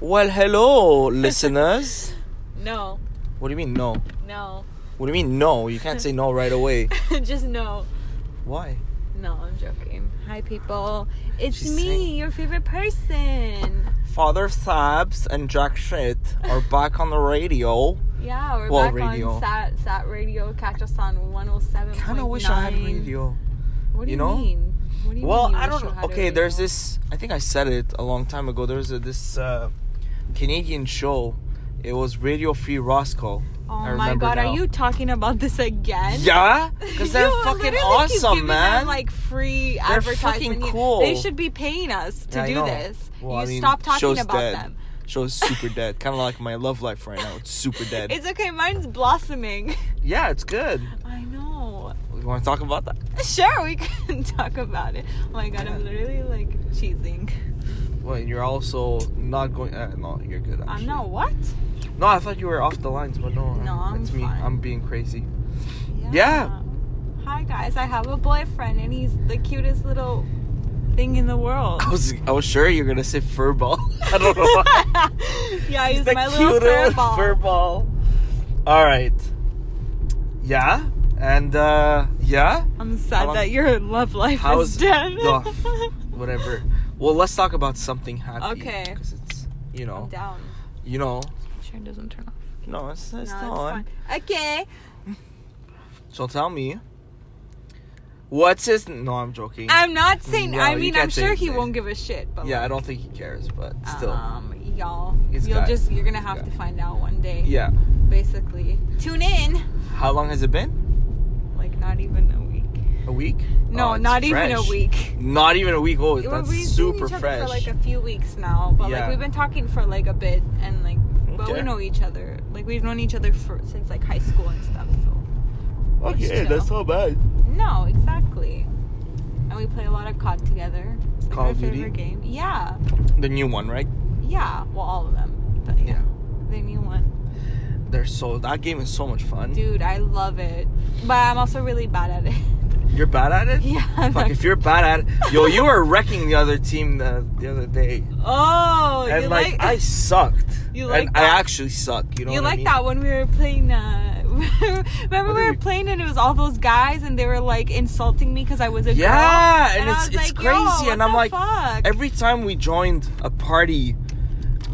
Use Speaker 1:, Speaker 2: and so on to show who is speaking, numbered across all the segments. Speaker 1: Well, hello, listeners.
Speaker 2: No,
Speaker 1: What do you mean, no?
Speaker 2: no,
Speaker 1: What do you mean, no? You can't say no right away.
Speaker 2: just no.
Speaker 1: Why?
Speaker 2: No, I'm joking. Hi, people. It's
Speaker 1: She's
Speaker 2: me,
Speaker 1: saying-
Speaker 2: your favorite person.
Speaker 1: Father Sabs and Jack Shit are back on the radio.
Speaker 2: Yeah, we're
Speaker 1: Well,
Speaker 2: back
Speaker 1: radio.
Speaker 2: on Sat Sat Radio. Catch us on 107.9.
Speaker 1: Kind of wish I had radio.
Speaker 2: What do
Speaker 1: you
Speaker 2: you,
Speaker 1: know?
Speaker 2: mean? What do you
Speaker 1: Well,
Speaker 2: mean you
Speaker 1: I
Speaker 2: wish
Speaker 1: don't
Speaker 2: you
Speaker 1: know.
Speaker 2: had a
Speaker 1: Okay, there's
Speaker 2: radio?
Speaker 1: this. I think I said it a long time ago. There's a, this uh, Canadian show. It was Radio Free Roscoe.
Speaker 2: Oh
Speaker 1: I
Speaker 2: my
Speaker 1: remember
Speaker 2: god,
Speaker 1: now.
Speaker 2: are you talking about this again?
Speaker 1: Yeah, because they're
Speaker 2: You
Speaker 1: fucking
Speaker 2: literally keep
Speaker 1: awesome,
Speaker 2: giving them,
Speaker 1: man.
Speaker 2: like free
Speaker 1: They're
Speaker 2: advertisement.
Speaker 1: fucking
Speaker 2: You-
Speaker 1: cool.
Speaker 2: They should be paying us to
Speaker 1: Yeah, I
Speaker 2: do
Speaker 1: know.
Speaker 2: this.
Speaker 1: Well,
Speaker 2: you
Speaker 1: I mean,
Speaker 2: stop talking
Speaker 1: show's
Speaker 2: about
Speaker 1: dead.
Speaker 2: them.
Speaker 1: Show's super dead. Kind of like my love life right now. It's super dead.
Speaker 2: It's okay. Mine's blossoming.
Speaker 1: yeah, it's good.
Speaker 2: I know.
Speaker 1: You want to talk about that?
Speaker 2: Sure, we can talk about it. Oh my god, I'm literally like cheesing.
Speaker 1: Well, you're also not going. Uh, no, you're good. Actually.
Speaker 2: I'm not what?
Speaker 1: No, I thought you were off the lines, but no.
Speaker 2: No, I'm
Speaker 1: It's me.
Speaker 2: fine.
Speaker 1: I'm being crazy. Yeah.
Speaker 2: Hi guys, I have a boyfriend and he's the cutest little thing in the world.
Speaker 1: I was, I was sure you're gonna say furball. I don't know. Why.
Speaker 2: yeah, he's,
Speaker 1: the
Speaker 2: my little
Speaker 1: cute
Speaker 2: fur ball.
Speaker 1: furball. All right. Yeah, and uh yeah,
Speaker 2: I'm
Speaker 1: How
Speaker 2: sad
Speaker 1: long-
Speaker 2: that your love life
Speaker 1: How's-
Speaker 2: is dead.
Speaker 1: No, whatever. Well, let's talk about something happy.
Speaker 2: Okay.
Speaker 1: Because it's you
Speaker 2: I'm
Speaker 1: know
Speaker 2: down.
Speaker 1: you know
Speaker 2: Make sure it doesn't turn off.
Speaker 1: no it's, it's
Speaker 2: no,
Speaker 1: not
Speaker 2: it's
Speaker 1: on.
Speaker 2: fine. Okay.
Speaker 1: Mm. So tell me, what's his? No, I'm joking.
Speaker 2: I'm not saying.
Speaker 1: No,
Speaker 2: I
Speaker 1: you
Speaker 2: mean,
Speaker 1: can't
Speaker 2: I'm
Speaker 1: say
Speaker 2: sure he
Speaker 1: anything.
Speaker 2: won't give a shit. But
Speaker 1: yeah, I
Speaker 2: like,
Speaker 1: don't think he cares, but still.
Speaker 2: Um, y'all,
Speaker 1: He's
Speaker 2: you'll
Speaker 1: got it.
Speaker 2: just you're gonna have
Speaker 1: got
Speaker 2: to
Speaker 1: it.
Speaker 2: find out one day.
Speaker 1: yeah.
Speaker 2: Basically, tune in.
Speaker 1: How long has it been?
Speaker 2: Like not even a week.
Speaker 1: A week?
Speaker 2: No,
Speaker 1: Oh, it's
Speaker 2: not even a
Speaker 1: fresh.
Speaker 2: week.
Speaker 1: Not even a week old.
Speaker 2: We've
Speaker 1: That's
Speaker 2: been seeing
Speaker 1: super
Speaker 2: each other
Speaker 1: fresh.
Speaker 2: for like a few weeks now, but
Speaker 1: Yeah.
Speaker 2: like we've been talking for like a bit, and like, but
Speaker 1: Okay.
Speaker 2: we know each other. Like we've known each other for since like high school and stuff. So
Speaker 1: okay,
Speaker 2: chill.
Speaker 1: that's not bad.
Speaker 2: no, exactly. And we play a lot of COD together. It's like
Speaker 1: Call
Speaker 2: our
Speaker 1: of Duty?
Speaker 2: favorite game. Yeah,
Speaker 1: The new one, right?
Speaker 2: yeah. Well, all of them. But yeah,
Speaker 1: Yeah.
Speaker 2: the new one.
Speaker 1: They're so that game is so much fun.
Speaker 2: Dude, I love it. But I'm also really bad at it.
Speaker 1: You're bad at it.
Speaker 2: yeah. I'm
Speaker 1: Fuck,
Speaker 2: not-
Speaker 1: if you're bad at it, yo, you were wrecking the other team the, the other day,
Speaker 2: Oh,
Speaker 1: and
Speaker 2: you
Speaker 1: like,
Speaker 2: like,
Speaker 1: I sucked,
Speaker 2: You
Speaker 1: and
Speaker 2: like
Speaker 1: I
Speaker 2: that?
Speaker 1: actually suck. You know
Speaker 2: you
Speaker 1: what
Speaker 2: like
Speaker 1: I mean?
Speaker 2: that when we were playing uh remember
Speaker 1: What
Speaker 2: we
Speaker 1: did
Speaker 2: were
Speaker 1: we-
Speaker 2: playing and it was all those guys and they were like insulting me because I was a girl.
Speaker 1: Yeah, and,
Speaker 2: I
Speaker 1: it's
Speaker 2: was
Speaker 1: it's
Speaker 2: like,
Speaker 1: crazy,
Speaker 2: "Yo, what
Speaker 1: and I'm
Speaker 2: the
Speaker 1: like,
Speaker 2: fuck?
Speaker 1: every time we joined a party,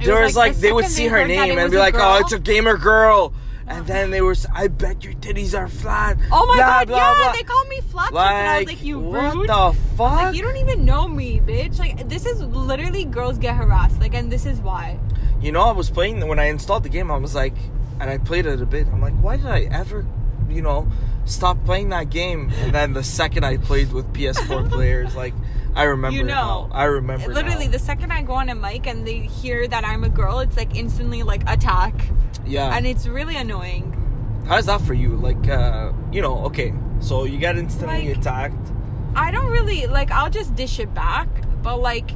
Speaker 2: It
Speaker 1: there was like,
Speaker 2: the
Speaker 1: they would
Speaker 2: second
Speaker 1: see
Speaker 2: they
Speaker 1: her
Speaker 2: heard that
Speaker 1: name
Speaker 2: it
Speaker 1: and
Speaker 2: was
Speaker 1: be
Speaker 2: a
Speaker 1: like,
Speaker 2: girl-
Speaker 1: "Oh, it's a gamer girl," and then they were, s- "I bet your titties are flat."
Speaker 2: Oh my
Speaker 1: blah,
Speaker 2: god,
Speaker 1: blah,
Speaker 2: yeah,
Speaker 1: blah.
Speaker 2: they call me flat chest, and I was
Speaker 1: Like,
Speaker 2: like, you
Speaker 1: what
Speaker 2: rude.
Speaker 1: the fuck?
Speaker 2: like, you don't even know me, bitch. Like this is literally girls get harassed. Like, and this is why.
Speaker 1: You know, I was playing when I installed the game. I was like, and I played it a bit. I'm like, why did I ever, you know, stop playing that game? And then the second I played with PS4 players, like, I remember.
Speaker 2: You
Speaker 1: now.
Speaker 2: know.
Speaker 1: I remember.
Speaker 2: Literally,
Speaker 1: now.
Speaker 2: the second I go on a mic and they hear that I'm a girl, it's like instantly like attack,
Speaker 1: yeah.
Speaker 2: and it's really annoying.
Speaker 1: How's that for you? Like, uh, you know, okay, so you got instantly
Speaker 2: Like-
Speaker 1: attacked.
Speaker 2: I don't really like. I'll just dish it back, but like,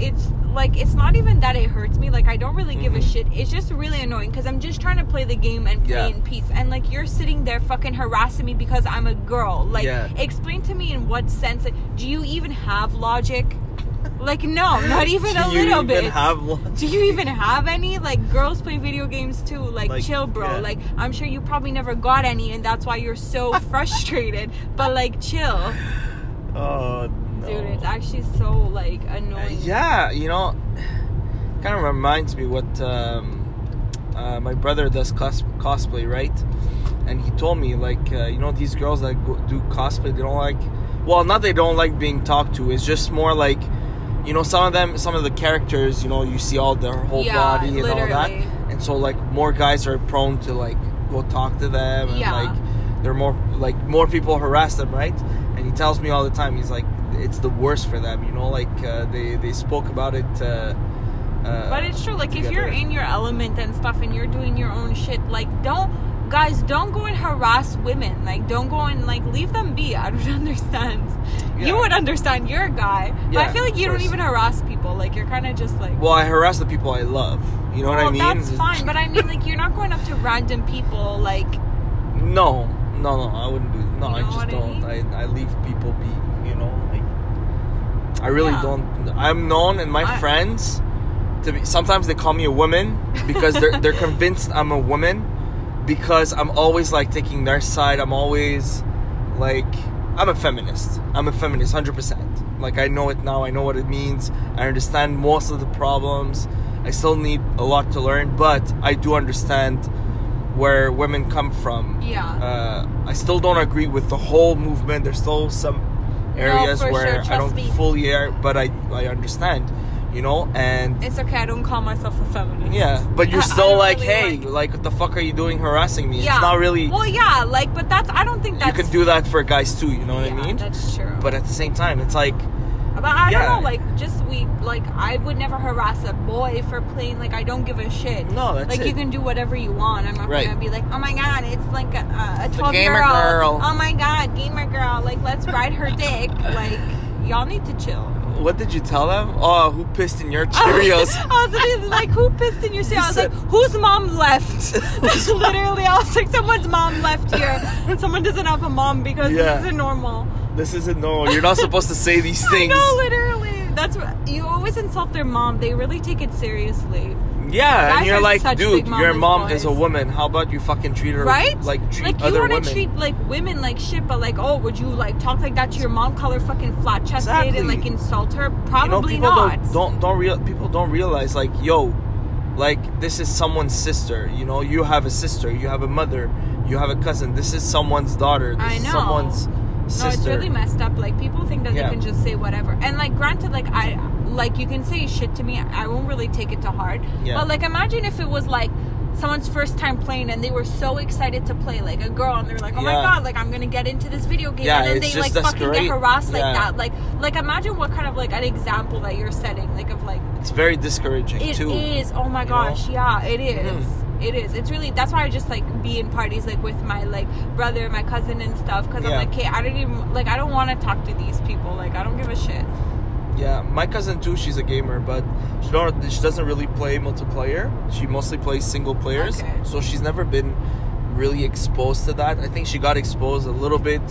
Speaker 2: it's like it's not even that it hurts me. Like I don't really give a
Speaker 1: Mhm.
Speaker 2: shit. It's just really annoying because I'm just trying to play the game and play
Speaker 1: Yeah.
Speaker 2: in peace. And like you're sitting there fucking harassing me because I'm a girl. Like,
Speaker 1: Yeah.
Speaker 2: explain to me in what sense? Do you even have logic? Like no, oh, not even
Speaker 1: Do
Speaker 2: a
Speaker 1: you
Speaker 2: little
Speaker 1: even
Speaker 2: bit.
Speaker 1: Have one?
Speaker 2: Do you even have any? Like, girls play video games too. Like,
Speaker 1: Like,
Speaker 2: chill, bro.
Speaker 1: yeah.
Speaker 2: Like, I'm sure you probably never got any, and that's why you're so frustrated. But, like, chill.
Speaker 1: Oh no. Uh,
Speaker 2: Dude, it's actually so, like, annoying.
Speaker 1: yeah, you know, kind of reminds me what um, uh, my brother does cos- cosplay, right? And he told me like, uh, you know, these girls that go- do cosplay, they don't like. Well, not they don't like being talked to. It's just more like, you know, some of them, some of the characters, you know, you see all their whole
Speaker 2: Yeah,
Speaker 1: body and all that,
Speaker 2: literally.
Speaker 1: and so like more guys are prone to like go talk to them and
Speaker 2: Yeah.
Speaker 1: like they're more like more people harass them, right? and he tells me all the time he's like it's the worst for them you know like uh, they they spoke about it uh, uh,
Speaker 2: But it's true. Like, if you're
Speaker 1: together.
Speaker 2: in your element and stuff and you're doing your own shit, like, don't, guys, don't go and harass women. Like, don't go and, like, leave them be. I don't understand.
Speaker 1: Yeah.
Speaker 2: You would understand. You're a guy. but
Speaker 1: Yeah,
Speaker 2: I feel like
Speaker 1: of
Speaker 2: you don't
Speaker 1: course.
Speaker 2: even harass people. Like, you're kind of just like.
Speaker 1: well I harass the people I love you know what I
Speaker 2: Well,
Speaker 1: mean
Speaker 2: That's fine, but I mean, like, you're not going up to random people, like,
Speaker 1: no no no I wouldn't do no
Speaker 2: You
Speaker 1: I
Speaker 2: know
Speaker 1: just
Speaker 2: what I
Speaker 1: don't I, I, leave people be you know like I really
Speaker 2: Yeah.
Speaker 1: don't I'm known and my
Speaker 2: I-
Speaker 1: friends to be, sometimes they call me a woman because they're they're convinced I'm a woman because I'm always like taking their side. I'm always like I'm a feminist. I'm a feminist 100%. Like I know it now. I know what it means. I understand most of the problems. I still need a lot to learn, but I do understand where women come from.
Speaker 2: Yeah.
Speaker 1: Uh, I still don't agree with the whole movement. There's still some areas
Speaker 2: for sure,
Speaker 1: where I
Speaker 2: trust
Speaker 1: don't
Speaker 2: me.
Speaker 1: fully, ar- but I I understand, you know, and
Speaker 2: it's okay. I don't call myself a feminist.
Speaker 1: yeah, but
Speaker 2: I-
Speaker 1: you're
Speaker 2: I
Speaker 1: still
Speaker 2: don't
Speaker 1: like,
Speaker 2: really
Speaker 1: hey,
Speaker 2: like-
Speaker 1: like, what the fuck are you doing harassing me?
Speaker 2: yeah.
Speaker 1: It's not really.
Speaker 2: Well, yeah, like, but that's. I don't think
Speaker 1: you
Speaker 2: that's.
Speaker 1: can do that for guys too. You know what
Speaker 2: yeah,
Speaker 1: I mean?
Speaker 2: That's true.
Speaker 1: But at the same time, it's like
Speaker 2: But
Speaker 1: Yeah.
Speaker 2: I don't know, like just we like I would never harass a boy for playing. Like I don't give a shit.
Speaker 1: no, that's
Speaker 2: like
Speaker 1: it.
Speaker 2: you can do whatever you want. I'm not
Speaker 1: Right.
Speaker 2: gonna be like, oh my god, it's like a- a
Speaker 1: a
Speaker 2: twelve
Speaker 1: gamer
Speaker 2: year
Speaker 1: girl."
Speaker 2: old. Oh my god, gamer girl. Like let's ride her dick. Like y'all need to chill.
Speaker 1: what did you tell them? Oh, who pissed in your Cheerios?
Speaker 2: I was literally like, who pissed in your cereal? I was
Speaker 1: said-
Speaker 2: like, whose mom left? literally, I was like, someone's mom left here. Someone doesn't have a mom because
Speaker 1: Yeah.
Speaker 2: this isn't normal.
Speaker 1: this isn't normal. You're not supposed to say these
Speaker 2: I
Speaker 1: things.
Speaker 2: know, literally. That's what you always insult their mom. They really take it seriously.
Speaker 1: Yeah,
Speaker 2: Guys
Speaker 1: and you're
Speaker 2: are
Speaker 1: like,
Speaker 2: such
Speaker 1: dude,
Speaker 2: big mamas
Speaker 1: your mom is a
Speaker 2: boys."
Speaker 1: woman. How about you fucking treat her
Speaker 2: Right?
Speaker 1: Like treat
Speaker 2: Like you
Speaker 1: other
Speaker 2: want to
Speaker 1: women.
Speaker 2: treat like women like shit, but like, oh, would you like talk like that to your mom? Call her fucking flat chested
Speaker 1: Exactly.
Speaker 2: and like insult her?
Speaker 1: you know,
Speaker 2: Probably
Speaker 1: people
Speaker 2: not.
Speaker 1: Don't, don't don't real people don't realize like yo, like this is someone's sister. You know, you have a sister, you have a mother, you have a cousin. This is someone's daughter. This
Speaker 2: I
Speaker 1: is
Speaker 2: know.
Speaker 1: someone's
Speaker 2: No, it's
Speaker 1: sister.
Speaker 2: really messed up. Like people think that
Speaker 1: Yeah.
Speaker 2: they can just say whatever. And like granted, like I like you can say shit to me. I won't really take it to heart.
Speaker 1: Yeah.
Speaker 2: But like imagine if it was like someone's first time playing and they were so excited to play, like a girl, and they're like, Oh
Speaker 1: Yeah.
Speaker 2: my god, like I'm gonna get into this video game
Speaker 1: Yeah,
Speaker 2: and then
Speaker 1: it's
Speaker 2: they
Speaker 1: just
Speaker 2: like
Speaker 1: that's
Speaker 2: fucking
Speaker 1: great.
Speaker 2: get harassed like
Speaker 1: Yeah.
Speaker 2: that. Like like imagine what kind of like an example that you're setting, like of like
Speaker 1: it's very discouraging
Speaker 2: it is.
Speaker 1: too.
Speaker 2: Oh my
Speaker 1: you know?
Speaker 2: gosh. Yeah, it is.
Speaker 1: Mhm.
Speaker 2: It is. It's really. That's why I just like be in parties like with my like brother, my cousin, and stuff. Because
Speaker 1: Yeah.
Speaker 2: I'm like, hey, I don't even like. I don't want to talk to these people. Like, I don't give a shit.
Speaker 1: Yeah, my cousin too. She's a gamer, but she don't. She doesn't really play multiplayer. She mostly plays single players.
Speaker 2: Okay.
Speaker 1: So she's never been really exposed to that. I think she got exposed a little bit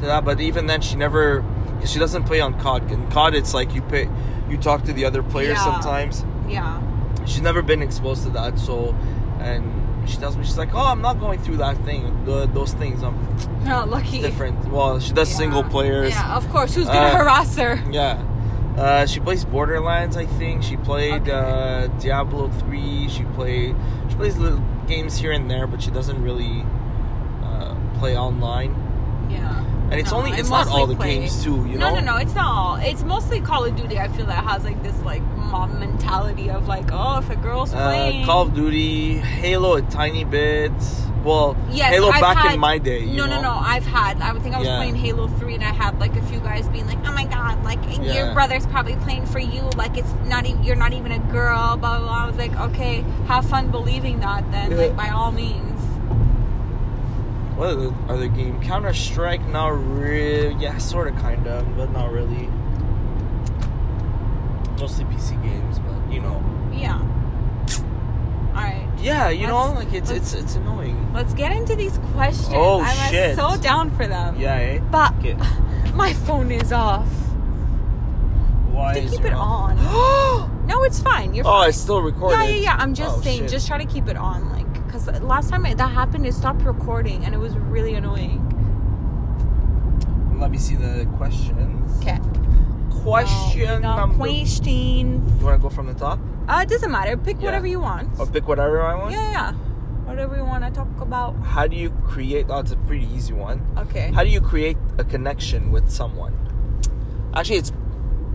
Speaker 1: to that, but even then, she never. 'cause she doesn't play on COD. In COD, it's like you pay, you talk to the other players
Speaker 2: Yeah.
Speaker 1: sometimes.
Speaker 2: Yeah.
Speaker 1: She's never been exposed to that. So, and she tells me she's like, "Oh, I'm not going through that thing. The, those things. I'm
Speaker 2: No, Oh, lucky.
Speaker 1: different." Well, she does
Speaker 2: Yeah.
Speaker 1: single players.
Speaker 2: Yeah, of course. Who's gonna
Speaker 1: Uh,
Speaker 2: harass her?
Speaker 1: Yeah. Uh, she plays Borderlands, I think. She played
Speaker 2: Okay.
Speaker 1: uh, Diablo 3. She played she plays little games here and there, but she doesn't really uh, play online.
Speaker 2: Yeah.
Speaker 1: And it's
Speaker 2: No,
Speaker 1: only
Speaker 2: I
Speaker 1: it's not all
Speaker 2: mostly
Speaker 1: the
Speaker 2: play-
Speaker 1: games too, you
Speaker 2: no,
Speaker 1: know.
Speaker 2: no, no. It's not all. It's mostly Call of Duty. I feel that has like this like mom mentality of like, oh, if a girl's
Speaker 1: Uh,
Speaker 2: playing,
Speaker 1: Call of Duty, Halo a tiny bit. Well,
Speaker 2: Yes,
Speaker 1: Halo
Speaker 2: I've
Speaker 1: back
Speaker 2: had-
Speaker 1: in my day. you
Speaker 2: No, no,
Speaker 1: know?
Speaker 2: no. I've had. I would think I was
Speaker 1: Yeah.
Speaker 2: playing Halo Three, and I had like a few guys being like, "Oh my god, like
Speaker 1: Yeah.
Speaker 2: your brother's probably playing for you. Like it's not. E- you're not even a girl." Blah blah. blah. I was like, "Okay, have fun believing that then.
Speaker 1: Yeah.
Speaker 2: Like by all means."
Speaker 1: What are the other game? Counter Strike, not really. Yeah, sort of, kind of, but not really. Mostly PC games, but you know.
Speaker 2: Yeah. All right.
Speaker 1: Yeah, you know,
Speaker 2: Let's-
Speaker 1: like it's it's
Speaker 2: let's-
Speaker 1: it's annoying.
Speaker 2: Let's get into these questions.
Speaker 1: Oh,
Speaker 2: I'm uh,
Speaker 1: shit.
Speaker 2: so down for them.
Speaker 1: Yeah, eh?
Speaker 2: But
Speaker 1: Okay.
Speaker 2: my phone is off.
Speaker 1: Why
Speaker 2: To
Speaker 1: is
Speaker 2: keep
Speaker 1: your
Speaker 2: it
Speaker 1: mouth-
Speaker 2: on. no, it's fine. You're
Speaker 1: Oh, it's still recorded.
Speaker 2: Yeah, yeah, yeah. I'm just
Speaker 1: Oh,
Speaker 2: saying,
Speaker 1: shit.
Speaker 2: just try to keep it on, like, because last time it, that happened, it stopped recording, and it was really annoying.
Speaker 1: Let me see the questions.
Speaker 2: Okay.
Speaker 1: Question number.
Speaker 2: Questions.
Speaker 1: You want to go from the top?
Speaker 2: Uh, it doesn't matter. Pick
Speaker 1: Yeah.
Speaker 2: whatever you want.
Speaker 1: Or pick whatever I want.
Speaker 2: Yeah, yeah, yeah. Whatever you want to talk about.
Speaker 1: How do you create? Oh, it's a pretty easy one.
Speaker 2: Okay.
Speaker 1: How do you create a connection with someone? Actually, it's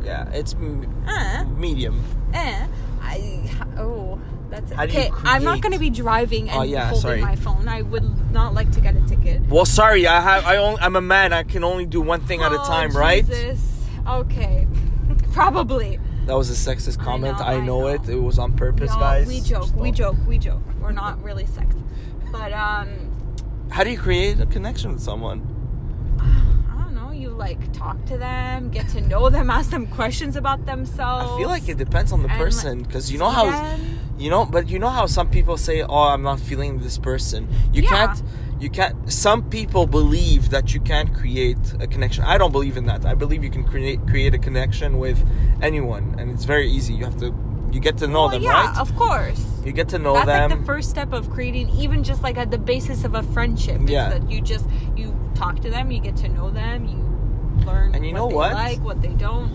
Speaker 1: yeah, it's m-
Speaker 2: Uh,
Speaker 1: medium.
Speaker 2: eh. I. Oh, that's it.
Speaker 1: How do you
Speaker 2: Okay, I'm not
Speaker 1: create-
Speaker 2: gonna be driving and
Speaker 1: Oh, yeah,
Speaker 2: holding
Speaker 1: sorry.
Speaker 2: my phone. I would not like to get a ticket.
Speaker 1: Well, sorry, I have I only, I'm a man. I can only do one thing at a
Speaker 2: Oh,
Speaker 1: time, right?
Speaker 2: Jesus. Okay. Probably.
Speaker 1: That was a sexist
Speaker 2: I
Speaker 1: comment.
Speaker 2: know,
Speaker 1: I know,
Speaker 2: I know.
Speaker 1: it. It was on purpose,
Speaker 2: No,
Speaker 1: guys.
Speaker 2: We joke,
Speaker 1: Just
Speaker 2: we
Speaker 1: don't-
Speaker 2: joke, we joke. We're not really sexist. But um
Speaker 1: How do you create a connection with someone?
Speaker 2: I don't know, you like talk to them, get to know them, ask them questions about themselves.
Speaker 1: I feel like it depends on the
Speaker 2: and, like,
Speaker 1: person because you know how
Speaker 2: them.
Speaker 1: you know, but you know how some people say, "Oh, I'm not feeling this person." You
Speaker 2: Yeah.
Speaker 1: can't. You can't. Some people believe that you can't create a connection. I don't believe in that. I believe you can create create a connection with anyone, and it's very easy. You have to you get to know
Speaker 2: Well,
Speaker 1: them,
Speaker 2: yeah,
Speaker 1: right?
Speaker 2: of course.
Speaker 1: you get to know
Speaker 2: That's
Speaker 1: them.
Speaker 2: like the first step of creating, even just like at the basis of a friendship. is
Speaker 1: Yeah.
Speaker 2: that you just you talk to them, you get to know them, you learn
Speaker 1: And you
Speaker 2: what
Speaker 1: know
Speaker 2: they
Speaker 1: what?
Speaker 2: like, what they don't.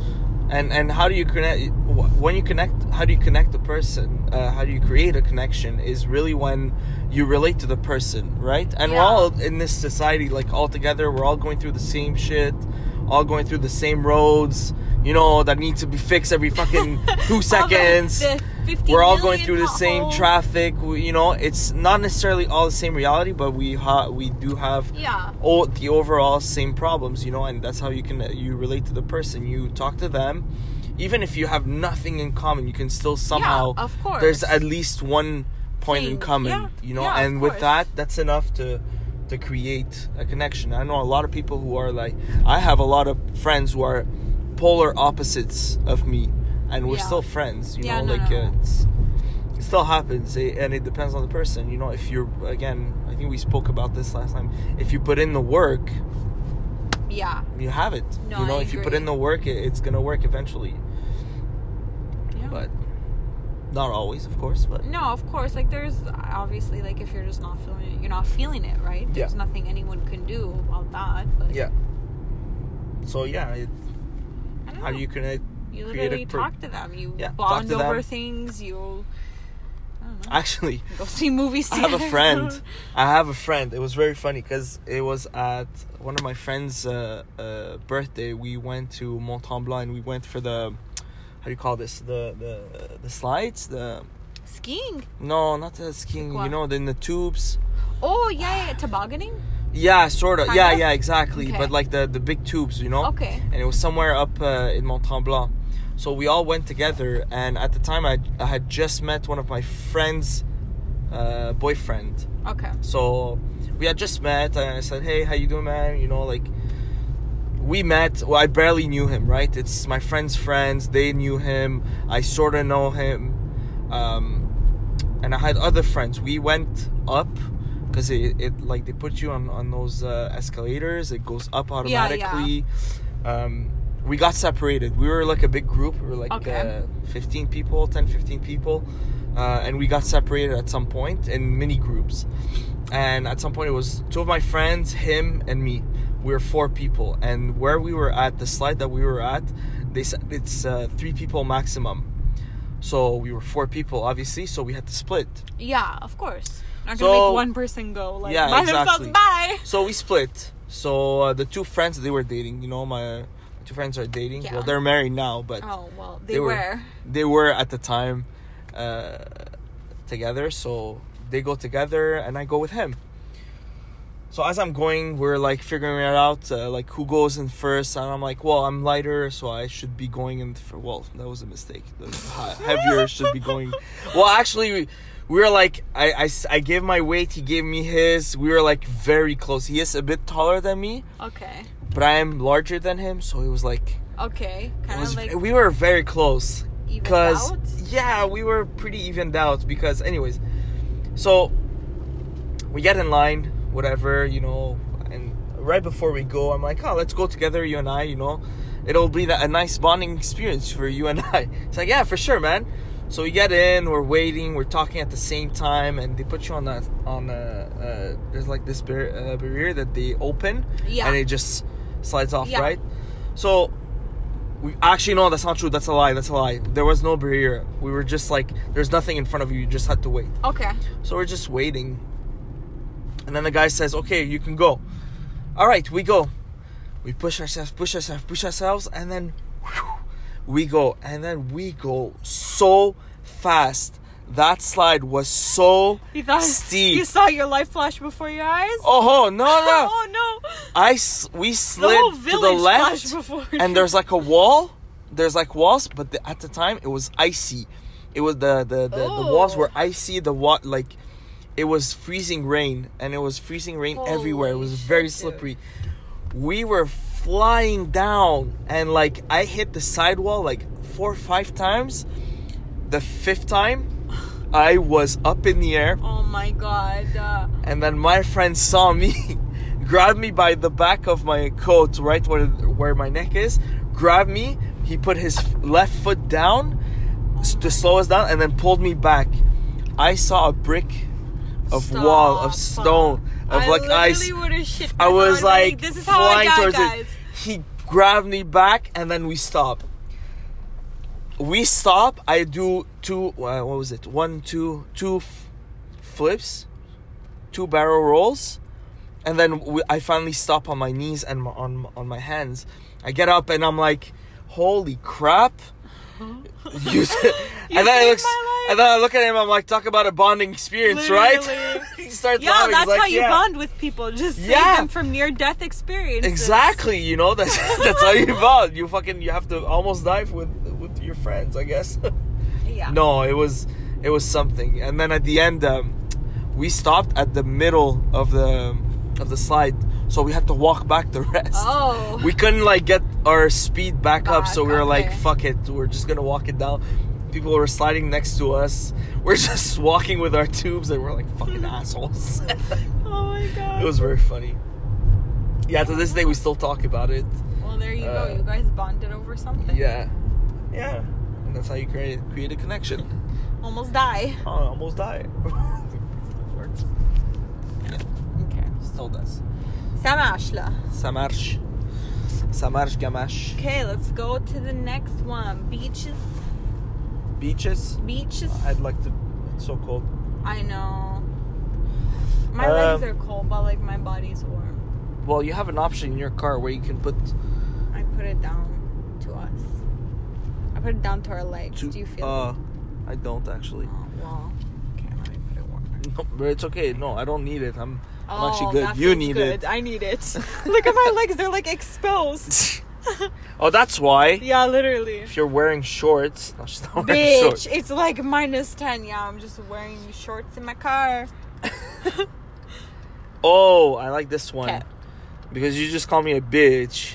Speaker 1: and and how do you connect wh- when you connect how do you connect a person uh, how do you create a connection is really when you relate to the person right and we're
Speaker 2: Yeah.
Speaker 1: all in this society like all together we're all going through the same shit all going through the same roads you know that need to be fixed every fucking two seconds
Speaker 2: All the- the 50
Speaker 1: we're all going
Speaker 2: million
Speaker 1: through the same
Speaker 2: potholes.
Speaker 1: traffic we, you know it's not necessarily all the same reality but we ha- we do have
Speaker 2: Yeah.
Speaker 1: all the overall same problems you know and that's how you can you relate to the person you talk to them even if you have nothing in common you can still somehow
Speaker 2: of course.
Speaker 1: there's at least one point in
Speaker 2: Thing.
Speaker 1: common
Speaker 2: Yeah.
Speaker 1: you know
Speaker 2: Yeah, of
Speaker 1: and with
Speaker 2: course.
Speaker 1: that that's enough to to create a connection i know a lot of people who are like i have a lot of friends who are polar opposites of me and we're
Speaker 2: Yeah.
Speaker 1: still friends you
Speaker 2: Yeah,
Speaker 1: know
Speaker 2: no,
Speaker 1: like
Speaker 2: no,
Speaker 1: Uh,
Speaker 2: no.
Speaker 1: it's it still happens eh, and it depends on the person you know if you're again i think we spoke about this last time if you put in the work
Speaker 2: Yeah.
Speaker 1: you have it
Speaker 2: No,
Speaker 1: you know
Speaker 2: I
Speaker 1: if you put
Speaker 2: agree.
Speaker 1: in the work it, it's gonna work eventually
Speaker 2: yeah. Mm.
Speaker 1: but not always of course but
Speaker 2: No, of course. Like there's obviously like if you're just not feeling it, you're not feeling it, right?
Speaker 1: Yeah.
Speaker 2: There's nothing anyone can do about that. But
Speaker 1: yeah so yeah it,
Speaker 2: I don't
Speaker 1: how
Speaker 2: know.
Speaker 1: do you connect
Speaker 2: You
Speaker 1: create a
Speaker 2: literally
Speaker 1: per-
Speaker 2: talk to them. You
Speaker 1: Yeah, talk
Speaker 2: bond
Speaker 1: to them.
Speaker 2: over things. You. I don't know.
Speaker 1: actually
Speaker 2: Go see movies.
Speaker 1: I have a
Speaker 2: together.
Speaker 1: friend. I have a friend. It was very funny because it was at one of my friend's uh, uh, birthday. We went to Mont Tremblant and we went for the how do you call this the the the slides the
Speaker 2: Skiing.
Speaker 1: no not the skiing
Speaker 2: what?
Speaker 1: you know then the tubes
Speaker 2: Oh yeah, yeah. tobogganing.
Speaker 1: yeah sort of
Speaker 2: Kind
Speaker 1: yeah
Speaker 2: of?
Speaker 1: yeah exactly
Speaker 2: Okay.
Speaker 1: but like the the big tubes you know
Speaker 2: Okay.
Speaker 1: and it was somewhere up uh, in Mont Tremblant so we all went together and at the time I I had just met one of my friend's uh, boyfriend.
Speaker 2: Okay.
Speaker 1: So we had just met, and I said, "Hey, how you doing, man?" You know, like we met. Well, I barely knew him, right? It's my friend's friends. They knew him. I sort of know him, um, and I had other friends. We went up because it, it like they put you on on those uh, escalators. It goes up
Speaker 2: Yeah, yeah.
Speaker 1: automatically. Um, we got separated. We were like a big group. We were like
Speaker 2: Okay.
Speaker 1: uh, 15 people, 10, 15 people. Uh, and we got separated at some point in mini groups. And at some point, it was two of my friends, him, and me. We were four people. And where we were at, the slide that we were at, they said it's uh, three people maximum. So we were four people, obviously. So we had to split.
Speaker 2: Yeah, of course. Not gonna
Speaker 1: So-
Speaker 2: make one person go like
Speaker 1: Yeah,
Speaker 2: by
Speaker 1: exactly.
Speaker 2: themselves. Bye.
Speaker 1: So we split. So uh, the two friends they were dating, you know, my, my two friends are dating.
Speaker 2: Yeah.
Speaker 1: Well, they're married now, but
Speaker 2: Oh well, they,
Speaker 1: They were-
Speaker 2: were.
Speaker 1: they were at the time uh, together so they go together and i go with him so as i'm going we're like figuring it out uh, like who goes in first and i'm like well i'm lighter so i should be going in for well that was a mistake the he- heavier should be going well actually we, we were like I, I s- I gave my weight he gave me his we were like very close he is a bit taller than me
Speaker 2: Okay.
Speaker 1: but i am larger than him so it was like
Speaker 2: Okay.
Speaker 1: it
Speaker 2: Kind of
Speaker 1: was,
Speaker 2: like
Speaker 1: we were very close
Speaker 2: even
Speaker 1: because
Speaker 2: out.
Speaker 1: yeah we were pretty evened out because anyways so we get in line whatever you know and right before we go i'm like oh let's go together you and i you know it'll be that, a nice bonding experience for you and i it's like yeah for sure man so we get in we're waiting we're talking at the same time and they put you on that on a uh, there's like this bar- uh, barrier that they open
Speaker 2: Yeah.
Speaker 1: and it just slides off
Speaker 2: Yeah.
Speaker 1: right so we actually no, that's not true. That's a lie. That's a lie. There was no barrier. We were just like there's nothing in front of you. You just had to wait.
Speaker 2: okay.
Speaker 1: So we're just waiting. And then the guy says, "Okay, you can go." All right, we go. We push ourselves, push ourselves, push ourselves, and then whew, we go. And then we go so fast. That slide was so
Speaker 2: You thought
Speaker 1: steep.
Speaker 2: you saw your life flash before your eyes.
Speaker 1: oh no no!
Speaker 2: oh no.
Speaker 1: I s- we
Speaker 2: The
Speaker 1: slid
Speaker 2: whole
Speaker 1: to the
Speaker 2: village
Speaker 1: left
Speaker 2: flashed before. you.
Speaker 1: and there's like a wall. There's like walls, but the, at the time it was icy. It was the the the, the walls
Speaker 2: Oh.
Speaker 1: were icy. The wa- like it was freezing rain, and it was freezing rain everywhere. It
Speaker 2: Holy
Speaker 1: was
Speaker 2: shit,
Speaker 1: very
Speaker 2: dude.
Speaker 1: slippery. We were flying down, and like I hit the sidewall like four or five times. The fifth time, I was up in the air,
Speaker 2: Oh my god. Uh,
Speaker 1: and then my friend saw me, grabbed me by the back of my coat, right where where my neck is, grabbed me. He put his f- left foot down, s- to slow us down and then pulled me back. I saw a brick of wall of
Speaker 2: Stop.
Speaker 1: stone of
Speaker 2: I
Speaker 1: like ice.
Speaker 2: literally would've shit
Speaker 1: I
Speaker 2: myself.
Speaker 1: was
Speaker 2: I'd be
Speaker 1: like
Speaker 2: this is how
Speaker 1: flying
Speaker 2: I got,
Speaker 1: towards
Speaker 2: guys.
Speaker 1: it. He grabbed me back and then we stop. We stop. I do two. Uh, what was it? One, two, two f- flips, two barrel rolls, and then we, I finally stop on my knees and my, on on my hands. I get up and I'm like, "Holy crap!" You, and then
Speaker 2: saved
Speaker 1: it looks.
Speaker 2: my life.
Speaker 1: And then I look at him. I'm like, "Talk about a bonding experience, right?"
Speaker 2: Literally.
Speaker 1: he starts
Speaker 2: Yeah,
Speaker 1: laughing. He's
Speaker 2: that's
Speaker 1: like,
Speaker 2: how you
Speaker 1: "Yeah."
Speaker 2: bond with people. Just save
Speaker 1: Yeah.
Speaker 2: them from near death experiences.
Speaker 1: Exactly, you know that's that's how you bond. You fucking you have to almost dive with with your friends, I guess.
Speaker 2: Yeah.
Speaker 1: no, it was it was something. And then at the end, um, we stopped at the middle of the of the slide, so we had to walk back the rest.
Speaker 2: Oh.
Speaker 1: We couldn't like get our speed back up,
Speaker 2: Back,
Speaker 1: so we were like,
Speaker 2: okay.
Speaker 1: "Fuck it, we're just gonna walk it down." People were sliding next to us. We're just walking with our tubes, and we're like fucking assholes.
Speaker 2: oh my god.
Speaker 1: it was very funny. Yeah, to this day we still talk about it.
Speaker 2: well, there you
Speaker 1: uh,
Speaker 2: go. You guys bonded over something.
Speaker 1: Yeah. Yeah. And that's how you create create a connection.
Speaker 2: Almost die.
Speaker 1: Oh, I almost died. Works.
Speaker 2: Okay.
Speaker 1: Still does.
Speaker 2: Samashla.
Speaker 1: Samarsh. Samarsh Gamash.
Speaker 2: Okay, let's go to the next one. Beaches.
Speaker 1: Beaches.
Speaker 2: Beaches.
Speaker 1: I'd like to. It's so cold.
Speaker 2: I know. My
Speaker 1: Um,
Speaker 2: legs are cold, but like my body's warm.
Speaker 1: Well, you have an option in your car where you can put
Speaker 2: I put it down to us. I put it down to our legs.
Speaker 1: two.
Speaker 2: Do you feel?
Speaker 1: uh, I don't actually.
Speaker 2: it? Oh, well. Okay, let me put it warmer.
Speaker 1: No, but it's okay. No, I don't need it. I'm.
Speaker 2: Oh,
Speaker 1: I'm actually good.
Speaker 2: that
Speaker 1: You
Speaker 2: feels
Speaker 1: need
Speaker 2: good. I need it. Look at my legs; they're like exposed.
Speaker 1: it. oh, that's why.
Speaker 2: Yeah, literally.
Speaker 1: If you're wearing shorts, no, she's not wearing
Speaker 2: Bitch,
Speaker 1: shorts.
Speaker 2: it's like minus ten. Yeah, I'm just wearing shorts in my car.
Speaker 1: Oh, I like this one
Speaker 2: Okay.
Speaker 1: because you just call me a bitch.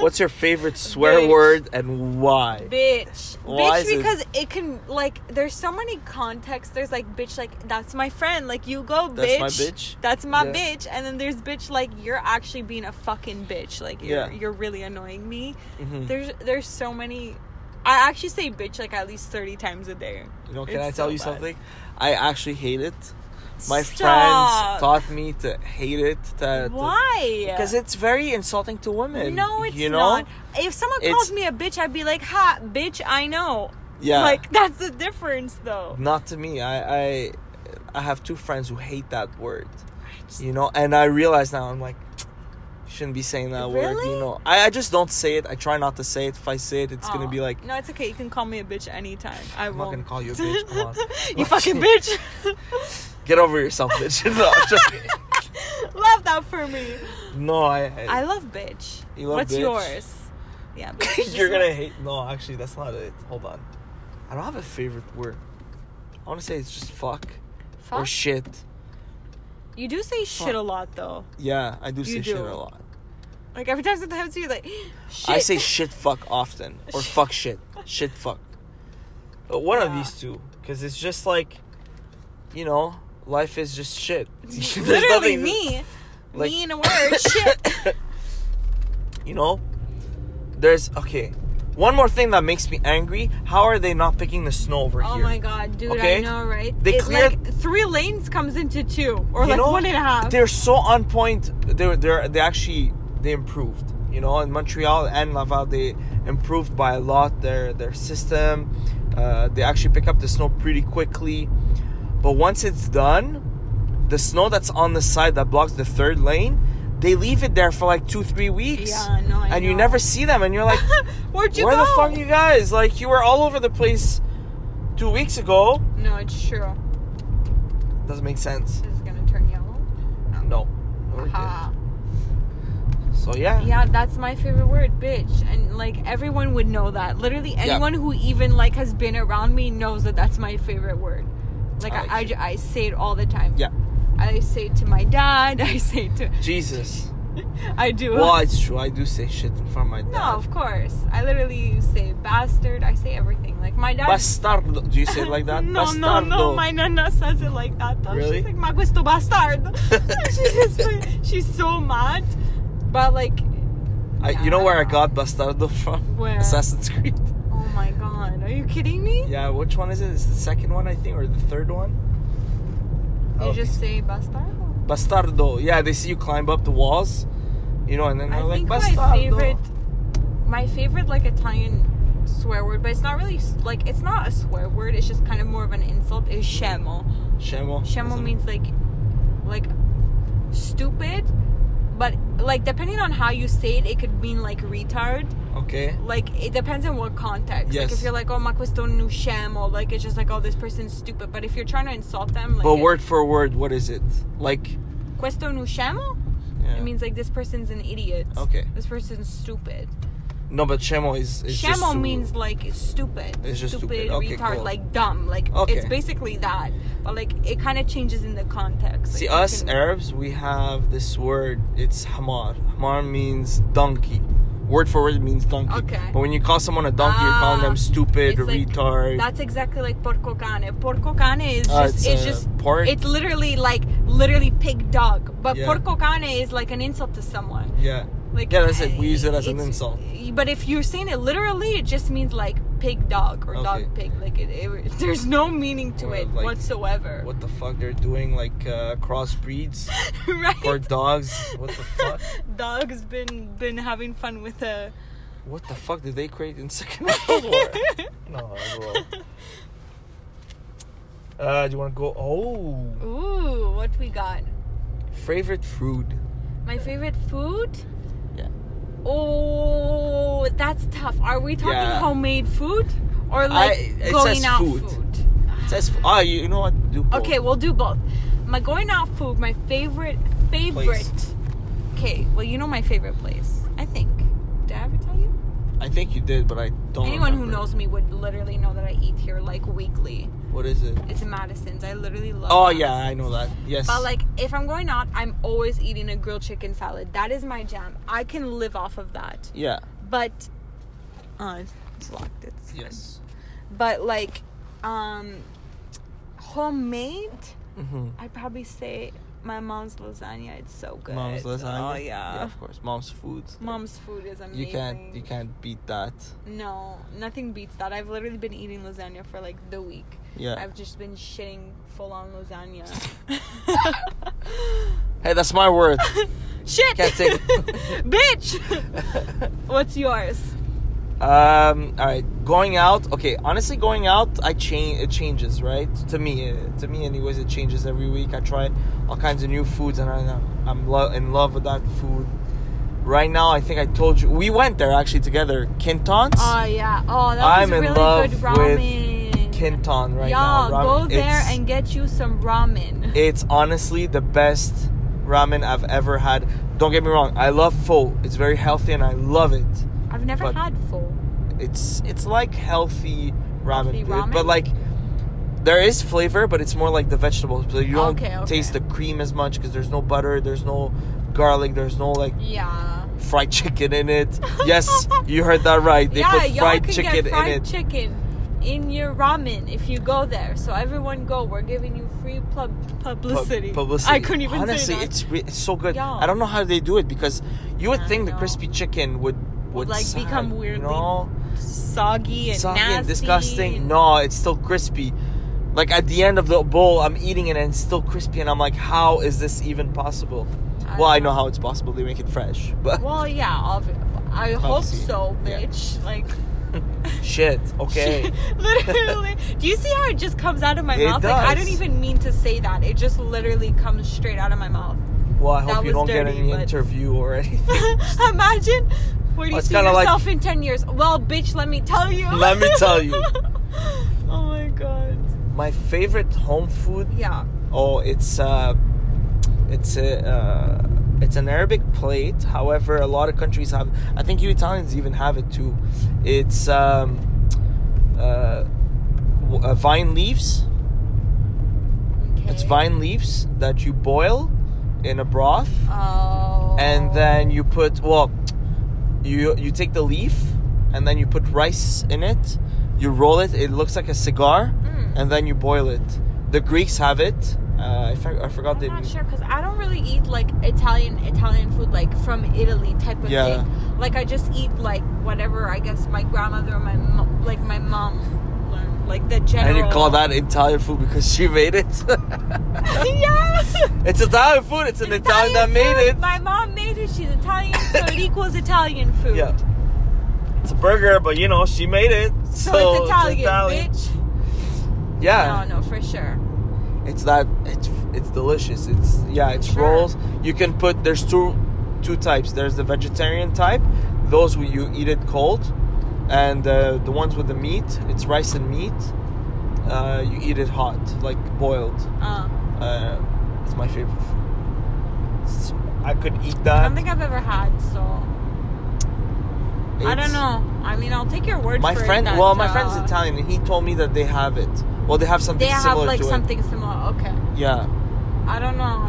Speaker 1: What's your favorite swear
Speaker 2: Bitch.
Speaker 1: word and why?
Speaker 2: bitch?
Speaker 1: Why is
Speaker 2: bitch,
Speaker 1: it-
Speaker 2: because it? can like there's so many contexts. There's like bitch, like that's my friend. Like you go, bitch.
Speaker 1: That's my bitch.
Speaker 2: That's my
Speaker 1: Yeah.
Speaker 2: bitch. And then there's bitch, like you're actually being a fucking bitch. Like you're
Speaker 1: Yeah.
Speaker 2: you're really annoying me.
Speaker 1: Mhm.
Speaker 2: There's there's so many. I actually say bitch like at least thirty times a day.
Speaker 1: You know, can
Speaker 2: It's
Speaker 1: I tell
Speaker 2: so
Speaker 1: you
Speaker 2: bad.
Speaker 1: something? I actually hate it. My
Speaker 2: Stop.
Speaker 1: friends taught me to hate it. To, to-
Speaker 2: Why?
Speaker 1: Because it's very insulting to women.
Speaker 2: no, it's
Speaker 1: you know?
Speaker 2: not. If someone calls
Speaker 1: It's-
Speaker 2: me a bitch, I'd be like, "Ha, bitch, I know."
Speaker 1: Yeah.
Speaker 2: Like that's the difference, though.
Speaker 1: not to me. I, I I have two friends who hate that word. You know, and I realize now I'm like shouldn't be saying that word. You
Speaker 2: Really?
Speaker 1: know, I, I just don't say it. I try not to say it. If I say it, it's gonna
Speaker 2: Aw.
Speaker 1: be like
Speaker 2: No, it's okay. You can call me a bitch anytime. I
Speaker 1: I'm not
Speaker 2: won't.
Speaker 1: gonna call you a bitch. Come on.
Speaker 2: you fucking bitch.
Speaker 1: Get over yourself, bitch. no, I'm joking.
Speaker 2: love that for me.
Speaker 1: no, I.
Speaker 2: I love bitch.
Speaker 1: You love
Speaker 2: What's
Speaker 1: bitch?
Speaker 2: yours? Yeah. bitch is
Speaker 1: You're
Speaker 2: what-
Speaker 1: gonna hate. No, actually, that's not it. Hold on. I don't have a favorite word. I want to say it's just fuck,
Speaker 2: Fuck.
Speaker 1: or shit.
Speaker 2: you do say
Speaker 1: Fuck.
Speaker 2: shit a lot though.
Speaker 1: Yeah, I do say
Speaker 2: You
Speaker 1: shit
Speaker 2: do.
Speaker 1: a lot.
Speaker 2: Like every time something happens to you, like shit.
Speaker 1: I say shit fuck often, or fuck shit, shit fuck. But one of
Speaker 2: Yeah.
Speaker 1: these two, because it's just like, you know, life is just shit. There's
Speaker 2: literally
Speaker 1: nothing-
Speaker 2: me.
Speaker 1: like-
Speaker 2: me in a word. shit.
Speaker 1: you know there's okay one more thing that makes me angry how are they not picking the snow over
Speaker 2: Oh
Speaker 1: here
Speaker 2: my god, dude!
Speaker 1: Okay?
Speaker 2: I know, right?
Speaker 1: They
Speaker 2: it,
Speaker 1: cleared-
Speaker 2: like three lanes comes into two, or
Speaker 1: You
Speaker 2: like
Speaker 1: know,
Speaker 2: one and a half.
Speaker 1: they're so on point they're they're they actually they improved you know in montreal and laval they improved by a lot their their system uh, they actually pick up the snow pretty quickly but once it's done the snow that's on the side that blocks the third lane they leave it there for like two three weeks
Speaker 2: Yeah, no, I
Speaker 1: and you
Speaker 2: know.
Speaker 1: never see them and you're like
Speaker 2: Where'd you
Speaker 1: Where
Speaker 2: go?
Speaker 1: the fuck you guys? Like you were all over the place two weeks ago.
Speaker 2: No, it's true.
Speaker 1: Doesn't make sense.
Speaker 2: This is gonna turn yellow.
Speaker 1: No. We're good.
Speaker 2: Aha.
Speaker 1: So yeah.
Speaker 2: Yeah, that's my favorite word, bitch. And like everyone would know that. Literally anyone who even like has been around me knows that that's my favorite word. Like
Speaker 1: I
Speaker 2: I,
Speaker 1: like
Speaker 2: I,
Speaker 1: it.
Speaker 2: ju- I say it all the time.
Speaker 1: Yeah.
Speaker 2: I say it to my dad. I say it to.
Speaker 1: Jesus.
Speaker 2: I do.
Speaker 1: Well, it's true. I do say shit in front of my
Speaker 2: No,
Speaker 1: dad.
Speaker 2: of course. I literally say bastard. I say everything. Like my dad.
Speaker 1: Bastardo. Do you say it like that?
Speaker 2: no, no,
Speaker 1: Bastardo.
Speaker 2: no. My nana says it like that. Though.
Speaker 1: Really?
Speaker 2: She's like, "Ma questo bastardo." she's, just like- she's so mad. But like,
Speaker 1: I, you know where I got bastardo from?
Speaker 2: Where?
Speaker 1: Assassin's Creed.
Speaker 2: oh my god. Are you kidding me?
Speaker 1: Yeah, which one is it? It's the second one, I think, or the third one.
Speaker 2: They
Speaker 1: Oh.
Speaker 2: just say bastardo.
Speaker 1: Bastardo. Yeah, they see you climb up the walls, you know, and then they're
Speaker 2: I
Speaker 1: like,
Speaker 2: think
Speaker 1: Bastardo.
Speaker 2: my favorite, my favorite like Italian swear word, but it's not really s- like it's not a swear word. It's just kind of more of an insult. Is scemo.
Speaker 1: Shemo.
Speaker 2: Scemo means like, like, stupid, but like depending on how you say it, it could mean like retard.
Speaker 1: Okay.
Speaker 2: Like it depends on what context. Like
Speaker 1: Yes.
Speaker 2: if you're like, oh, ma questo nu scemo, like it's just like, oh, this person's stupid. But if you're trying to insult them, like,
Speaker 1: But
Speaker 2: it-
Speaker 1: word for word, what is it? Like,
Speaker 2: questo nu scemo,
Speaker 1: yeah.
Speaker 2: it means like this person's an idiot.
Speaker 1: Okay.
Speaker 2: This person's stupid.
Speaker 1: No, but Shemo is. is just
Speaker 2: Shamo
Speaker 1: to-
Speaker 2: means like stupid.
Speaker 1: It's just stupid. Okay,
Speaker 2: retard,
Speaker 1: cool.
Speaker 2: like dumb. Like
Speaker 1: Okay.
Speaker 2: it's basically that. But like it kind of changes in the context. Like,
Speaker 1: See
Speaker 2: you
Speaker 1: us
Speaker 2: can-
Speaker 1: Arabs, we have this word. It's hamar. Hamar means donkey. Word for word means donkey.
Speaker 2: Okay.
Speaker 1: But when you call someone a donkey, you're calling
Speaker 2: Ah,
Speaker 1: them stupid,
Speaker 2: it's like-
Speaker 1: retard.
Speaker 2: That's exactly like porco cane. Porco cane is
Speaker 1: Ah,
Speaker 2: just
Speaker 1: it's,
Speaker 2: it's
Speaker 1: uh,
Speaker 2: just
Speaker 1: pork.
Speaker 2: It's literally like literally pig dog. But
Speaker 1: Yeah.
Speaker 2: porco cane is like an insult to someone.
Speaker 1: yeah.
Speaker 2: Like
Speaker 1: Yeah, that's it. We use it as an
Speaker 2: it's-
Speaker 1: insult.
Speaker 2: But if you're saying it literally, it just means like pig dog or
Speaker 1: Okay.
Speaker 2: dog pig. Like it, it, there's no meaning to
Speaker 1: Or,
Speaker 2: it
Speaker 1: like,
Speaker 2: whatsoever.
Speaker 1: What the fuck they're doing? Like uh, crossbreeds
Speaker 2: right?
Speaker 1: or dogs? What the fuck?
Speaker 2: Dog's been been having fun with a.
Speaker 1: What the fuck did they create in Second World War? no, I don't know. Uh, do you want to go? Oh,
Speaker 2: Ooh, what we got?
Speaker 1: favorite food.
Speaker 2: My favorite food?
Speaker 1: Yeah.
Speaker 2: Oh, that's tough. Are we talking
Speaker 1: Yeah.
Speaker 2: homemade food or like
Speaker 1: it
Speaker 2: going
Speaker 1: says
Speaker 2: out
Speaker 1: food.
Speaker 2: food?
Speaker 1: It says ah, you, you know what? Do both.
Speaker 2: Okay, we'll do both. My going out food, my favorite favorite. Okay, well you know my favorite place. I think. Did I ever tell you?
Speaker 1: I think you did, but I don't.
Speaker 2: Anyone who
Speaker 1: remember.
Speaker 2: knows me would literally know that I eat here like weekly.
Speaker 1: What is it?
Speaker 2: It's Madison's. I literally love.
Speaker 1: Oh yeah,
Speaker 2: Madison's.
Speaker 1: I know that. Yes.
Speaker 2: But like, if I'm going out, I'm always eating a grilled chicken salad. That is my jam. I can live off of that.
Speaker 1: yeah.
Speaker 2: But, uh, it's locked. It's fine.
Speaker 1: Yes.
Speaker 2: But like, um, homemade,
Speaker 1: Mm-hmm.
Speaker 2: I'd probably say my mom's lasagna. It's so good.
Speaker 1: Mom's lasagna.
Speaker 2: Oh yeah.
Speaker 1: Of course, mom's food.
Speaker 2: Mom's food is amazing.
Speaker 1: You can't. You can't beat that.
Speaker 2: No, nothing beats that. I've literally been eating lasagna for like the week.
Speaker 1: Yeah.
Speaker 2: I've just been shitting full on lasagna.
Speaker 1: Hey, that's my word.
Speaker 2: Shit!
Speaker 1: Can't take it.
Speaker 2: Bitch! What's yours?
Speaker 1: um. All right. Going out. Okay. Honestly, going out, I change. It changes, right? To me, uh, to me, anyways, it changes every week. I try all kinds of new foods, and I, I'm lo- in love with that food. Right now, I think I told you we went there actually together. Quintons.
Speaker 2: Oh yeah. Oh, that
Speaker 1: I'm
Speaker 2: was
Speaker 1: in
Speaker 2: really
Speaker 1: love with
Speaker 2: good ramen.
Speaker 1: Quinton right
Speaker 2: Y'all
Speaker 1: now.
Speaker 2: go
Speaker 1: ramen.
Speaker 2: there
Speaker 1: It's-
Speaker 2: and get you some ramen.
Speaker 1: It's honestly the best ramen I've ever had. Don't get me wrong, I love pho. It's very healthy and I love it.
Speaker 2: I've never
Speaker 1: but-
Speaker 2: had pho.
Speaker 1: It's it's like healthy ramen,
Speaker 2: Healthy
Speaker 1: dude,
Speaker 2: ramen?
Speaker 1: but like there is flavor, but it's more like the vegetables. So you don't
Speaker 2: Okay, okay.
Speaker 1: taste the cream as much because there's no butter, there's no garlic, there's no like
Speaker 2: Yeah.
Speaker 1: fried chicken in it. yes, you heard that right. They
Speaker 2: yeah,
Speaker 1: put
Speaker 2: y'all
Speaker 1: fried
Speaker 2: can
Speaker 1: chicken
Speaker 2: get fried
Speaker 1: in it.
Speaker 2: chicken in your ramen if you go there. So everyone go. We're giving you free pub-
Speaker 1: Pub-
Speaker 2: publicity.
Speaker 1: Publicity.
Speaker 2: I couldn't even
Speaker 1: Honestly,
Speaker 2: say that.
Speaker 1: it's re- it's so good.
Speaker 2: Yeah.
Speaker 1: I don't know how they do it because you would
Speaker 2: I
Speaker 1: think the
Speaker 2: know.
Speaker 1: crispy chicken would would
Speaker 2: like,
Speaker 1: sag,
Speaker 2: become
Speaker 1: you
Speaker 2: weirdly
Speaker 1: know?
Speaker 2: soggy and
Speaker 1: soggy
Speaker 2: nasty.
Speaker 1: and disgusting.
Speaker 2: and-
Speaker 1: No, it's still crispy. Like at the end of the bowl, I'm eating it and it's still crispy, and I'm like, how is this even possible?
Speaker 2: I
Speaker 1: well, I
Speaker 2: don't
Speaker 1: know
Speaker 2: know.
Speaker 1: how it's possible. They make it fresh, but
Speaker 2: Well, yeah. obvi- I hope
Speaker 1: Obviously,
Speaker 2: so,
Speaker 1: yeah.
Speaker 2: bitch. Like.
Speaker 1: shit. Okay.
Speaker 2: literally. Do you see how it just comes out of my
Speaker 1: It
Speaker 2: mouth? Like I
Speaker 1: does.
Speaker 2: don't even mean to say that. It just literally comes straight out of my mouth.
Speaker 1: Well, I
Speaker 2: That
Speaker 1: hope you
Speaker 2: was
Speaker 1: don't get
Speaker 2: dirty,
Speaker 1: any
Speaker 2: but-
Speaker 1: interview or anything.
Speaker 2: Imagine where do
Speaker 1: Well,
Speaker 2: you
Speaker 1: it's
Speaker 2: see
Speaker 1: kinda like-
Speaker 2: yourself in ten years? Well, bitch, let me tell you.
Speaker 1: Let me tell you.
Speaker 2: oh my god.
Speaker 1: My favorite home food
Speaker 2: Yeah.
Speaker 1: Oh, it's uh, it's a uh, it's an Arabic plate. However, a lot of countries have. I think you Italians even have it too. It's um, uh, w- uh, vine leaves.
Speaker 2: Okay.
Speaker 1: It's vine leaves that you boil in a broth,
Speaker 2: Oh.
Speaker 1: and then you put well, you you take the leaf, and then you put rice in it. You roll it. It looks like a cigar,
Speaker 2: Mm.
Speaker 1: and then you boil it. The Greeks have it. Uh, I, for- I forgot the
Speaker 2: I'm not sure because I don't really eat like Italian Italian food like from Italy type of
Speaker 1: Yeah.
Speaker 2: thing. Like I just eat like whatever I guess my grandmother or my mo- like my mom learned like the general.
Speaker 1: And you call that Italian food because she made it?
Speaker 2: yes.
Speaker 1: it's Italian food. It's an Italian, that made
Speaker 2: food.
Speaker 1: it.
Speaker 2: My mom made it. She's Italian, so it equals Italian food.
Speaker 1: Yeah. It's a burger, but you know she made it.
Speaker 2: So,
Speaker 1: So,
Speaker 2: it's Italian, bitch.
Speaker 1: Yeah.
Speaker 2: No, no, for sure.
Speaker 1: It's that. It's it's delicious. It's yeah. It's
Speaker 2: Sure.
Speaker 1: rolls. You can put. There's two two types. There's the vegetarian type. Those where you eat it cold, and uh, the ones with the meat. It's rice and meat. Uh, you eat it hot, like boiled.
Speaker 2: Uh,
Speaker 1: Uh, it's my favorite food. It's- I could eat
Speaker 2: I
Speaker 1: that.
Speaker 2: don't think I've ever had so. I
Speaker 1: It's-
Speaker 2: don't know. I mean, I'll take your word
Speaker 1: My
Speaker 2: for it.
Speaker 1: friend,
Speaker 2: that,
Speaker 1: well, my
Speaker 2: uh,
Speaker 1: friend's Italian, and he told me that they have it. Well, they have something
Speaker 2: They have
Speaker 1: similar
Speaker 2: like
Speaker 1: to
Speaker 2: something similar. Okay.
Speaker 1: it. Yeah,
Speaker 2: I don't know.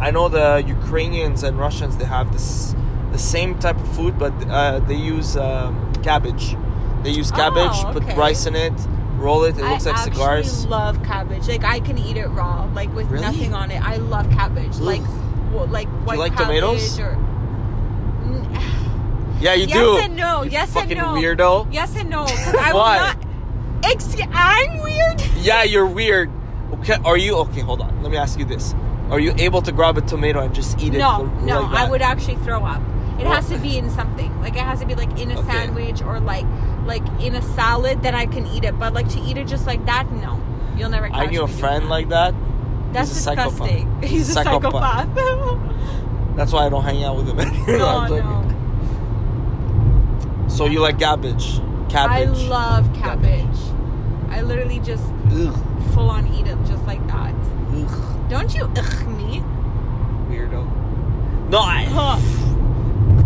Speaker 1: I know the Ukrainians and Russians. They have this the same type of food, but uh, they use um, cabbage. They use
Speaker 2: Oh,
Speaker 1: cabbage,
Speaker 2: okay.
Speaker 1: put rice in it, roll it. It looks
Speaker 2: I
Speaker 1: like cigars.
Speaker 2: actually love cabbage. Like I can eat it raw, like with
Speaker 1: Really?
Speaker 2: nothing on it. I love cabbage. Like, w- like white
Speaker 1: like
Speaker 2: cabbage
Speaker 1: tomatoes?
Speaker 2: or. N-
Speaker 1: Yeah, you
Speaker 2: yes
Speaker 1: do.
Speaker 2: and no.
Speaker 1: You
Speaker 2: yes and
Speaker 1: fucking
Speaker 2: no.
Speaker 1: weirdo.
Speaker 2: Yes and no. 'cause I will
Speaker 1: Why?
Speaker 2: not. Excuse, I'm weird.
Speaker 1: Yeah, you're weird. Okay, are you okay? Hold on. Let me ask you this: Are you able to grab a tomato and just eat it?
Speaker 2: No,
Speaker 1: l-
Speaker 2: no,
Speaker 1: like
Speaker 2: I
Speaker 1: that?
Speaker 2: would actually throw up. It
Speaker 1: What?
Speaker 2: has to be in something. Like it has to be like in a
Speaker 1: Okay.
Speaker 2: sandwich or like like in a salad. Then I can eat it. But like to eat it just like that, no. You'll never.
Speaker 1: I
Speaker 2: catch
Speaker 1: knew a
Speaker 2: me doing
Speaker 1: friend
Speaker 2: that.
Speaker 1: like that.
Speaker 2: That's
Speaker 1: He's a psychopath.
Speaker 2: disgusting. He's a
Speaker 1: Psychopath.
Speaker 2: psychopath.
Speaker 1: That's why I don't hang out with him anymore.
Speaker 2: no,
Speaker 1: I'm joking.
Speaker 2: no.
Speaker 1: So you like cabbage?
Speaker 2: I
Speaker 1: Cabbage.
Speaker 2: love cabbage. I literally just
Speaker 1: Ugh,
Speaker 2: full on eat it just like that.
Speaker 1: ugh,
Speaker 2: Don't you ugh me?
Speaker 1: weirdo. No, I
Speaker 2: Huh.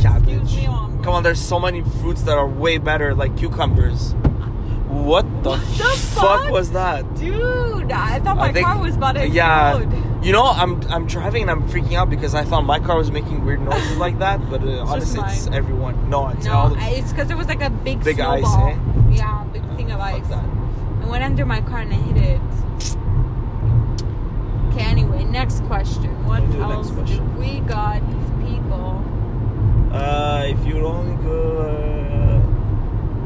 Speaker 1: cabbage.
Speaker 2: Excuse me, Mom.
Speaker 1: Come on, there's so many fruits that are way better, like cucumbers. What the,
Speaker 2: What the fuck?
Speaker 1: was that?
Speaker 2: Dude, I thought Oh my
Speaker 1: I think-
Speaker 2: car was about to
Speaker 1: yeah.
Speaker 2: explode.
Speaker 1: You know, I'm I'm driving and I'm freaking out because I thought my car was making weird noises like that, but uh,
Speaker 2: It's just
Speaker 1: honestly, it's
Speaker 2: mine.
Speaker 1: everyone. No, it's all
Speaker 2: No,
Speaker 1: the
Speaker 2: I- it's because there was like a big
Speaker 1: big ice,
Speaker 2: snowball.
Speaker 1: eh?
Speaker 2: Yeah, big thing of
Speaker 1: Fuck
Speaker 2: ice.
Speaker 1: that.
Speaker 2: I went under my car and I hit it. Okay, anyway, next question. What
Speaker 1: We'll do the next
Speaker 2: else
Speaker 1: question.
Speaker 2: do we got? These people.
Speaker 1: Uh, if you only could.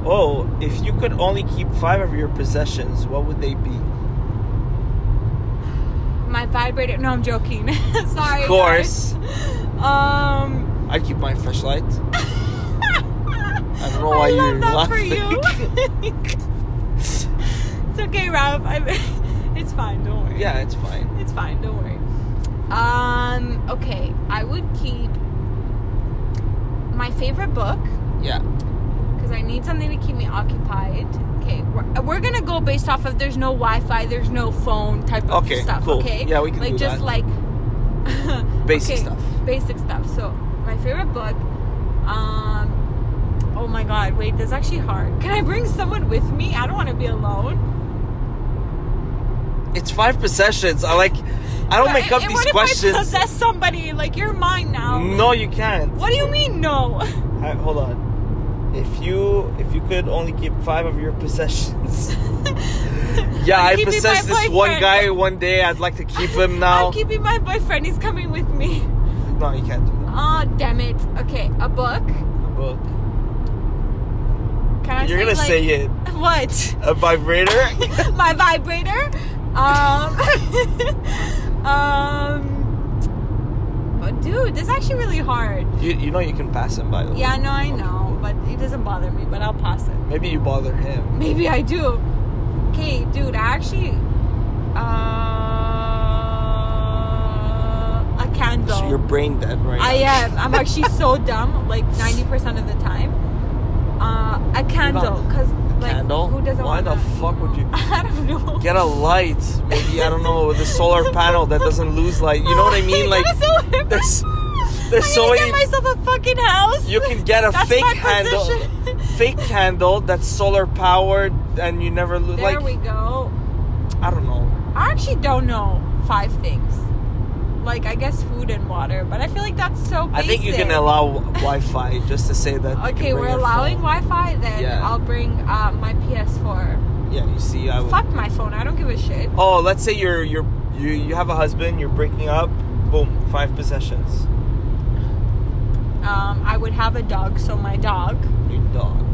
Speaker 1: Oh, if you could only keep five of your possessions, what would they be?
Speaker 2: My vibrator. No, I'm joking. Sorry.
Speaker 1: Of course.
Speaker 2: guys. Um.
Speaker 1: I'd keep my flashlight.
Speaker 2: I
Speaker 1: don't know why
Speaker 2: love
Speaker 1: you're
Speaker 2: that
Speaker 1: laughing.
Speaker 2: for you. it's okay, Ralph. I'm, it's fine. Don't worry.
Speaker 1: Yeah, it's fine.
Speaker 2: It's fine, don't worry. Um, okay, I would keep my favorite book
Speaker 1: Yeah.
Speaker 2: because I need something to keep me occupied. Okay, we're, uh, we're gonna go based off of there's no Wi Fi, there's no phone type of
Speaker 1: Okay,
Speaker 2: stuff,
Speaker 1: cool.
Speaker 2: okay?
Speaker 1: Yeah, we can
Speaker 2: Like,
Speaker 1: do
Speaker 2: just
Speaker 1: that.
Speaker 2: like
Speaker 1: Basic
Speaker 2: okay,
Speaker 1: stuff.
Speaker 2: Basic stuff. So, my favorite book, um, oh my god, wait, this is actually hard. Can I bring someone with me? I don't wanna be alone.
Speaker 1: It's five possessions. I like. I don't
Speaker 2: But-
Speaker 1: make up
Speaker 2: and
Speaker 1: these
Speaker 2: what If I
Speaker 1: questions. Mm.
Speaker 2: possess somebody, like you're mine now.
Speaker 1: No, you can't.
Speaker 2: What do you mean no?
Speaker 1: I, hold on. If you if you could only keep five of your possessions. yeah,
Speaker 2: I'm
Speaker 1: I
Speaker 2: keeping my
Speaker 1: possessed this one
Speaker 2: boyfriend.
Speaker 1: guy one day. I'd like to keep him now.
Speaker 2: I'm keeping my boyfriend. He's coming with me.
Speaker 1: no, you can't do that.
Speaker 2: Oh damn it. Okay, a book.
Speaker 1: A book.
Speaker 2: Can I?
Speaker 1: You're
Speaker 2: say,
Speaker 1: gonna
Speaker 2: like,
Speaker 1: say it.
Speaker 2: What?
Speaker 1: A vibrator.
Speaker 2: my vibrator. Um. um. but Dude, this is actually really hard.
Speaker 1: you, you know you can pass him by the way.
Speaker 2: Yeah, no, I
Speaker 1: Okay,
Speaker 2: know,
Speaker 1: cool.
Speaker 2: but it doesn't bother me. But I'll pass it.
Speaker 1: Maybe you bother him.
Speaker 2: Maybe I do. Okay, dude, I actually. Uh, a candle.
Speaker 1: So you're brain dead right
Speaker 2: I
Speaker 1: now.
Speaker 2: am. I'm actually so dumb, like 90% of the time. Uh, a candle. Because, like,
Speaker 1: Candle?
Speaker 2: who doesn't
Speaker 1: Why
Speaker 2: want
Speaker 1: the
Speaker 2: that?
Speaker 1: fuck would you-
Speaker 2: I don't know.
Speaker 1: Get a light. Maybe I don't know with a solar panel that doesn't lose light. You know what I mean? Like
Speaker 2: Get a solar
Speaker 1: there's-
Speaker 2: panel.
Speaker 1: there's
Speaker 2: I
Speaker 1: so
Speaker 2: need to
Speaker 1: many-
Speaker 2: get myself a fucking house.
Speaker 1: you can get a
Speaker 2: That's
Speaker 1: fake
Speaker 2: my
Speaker 1: handle,
Speaker 2: position.
Speaker 1: fake handle that's solar powered, and you never lose. Like
Speaker 2: There we go.
Speaker 1: I don't know.
Speaker 2: I actually don't know five things. Like I guess food and water, but I feel like that's so
Speaker 1: I
Speaker 2: basic.
Speaker 1: think you can allow Wi-Fi just to say that. you can
Speaker 2: Okay,
Speaker 1: bring
Speaker 2: we're
Speaker 1: your
Speaker 2: allowing
Speaker 1: phone.
Speaker 2: Wi-Fi. Then
Speaker 1: Yeah.
Speaker 2: I'll bring uh, my PS4.
Speaker 1: Yeah, you see, I would.
Speaker 2: Fuck my phone. I don't give a shit.
Speaker 1: Oh, let's say your your you you have a husband, you're breaking up, boom, five possessions.
Speaker 2: Um, I would have a dog, so my dog,
Speaker 1: Your dog,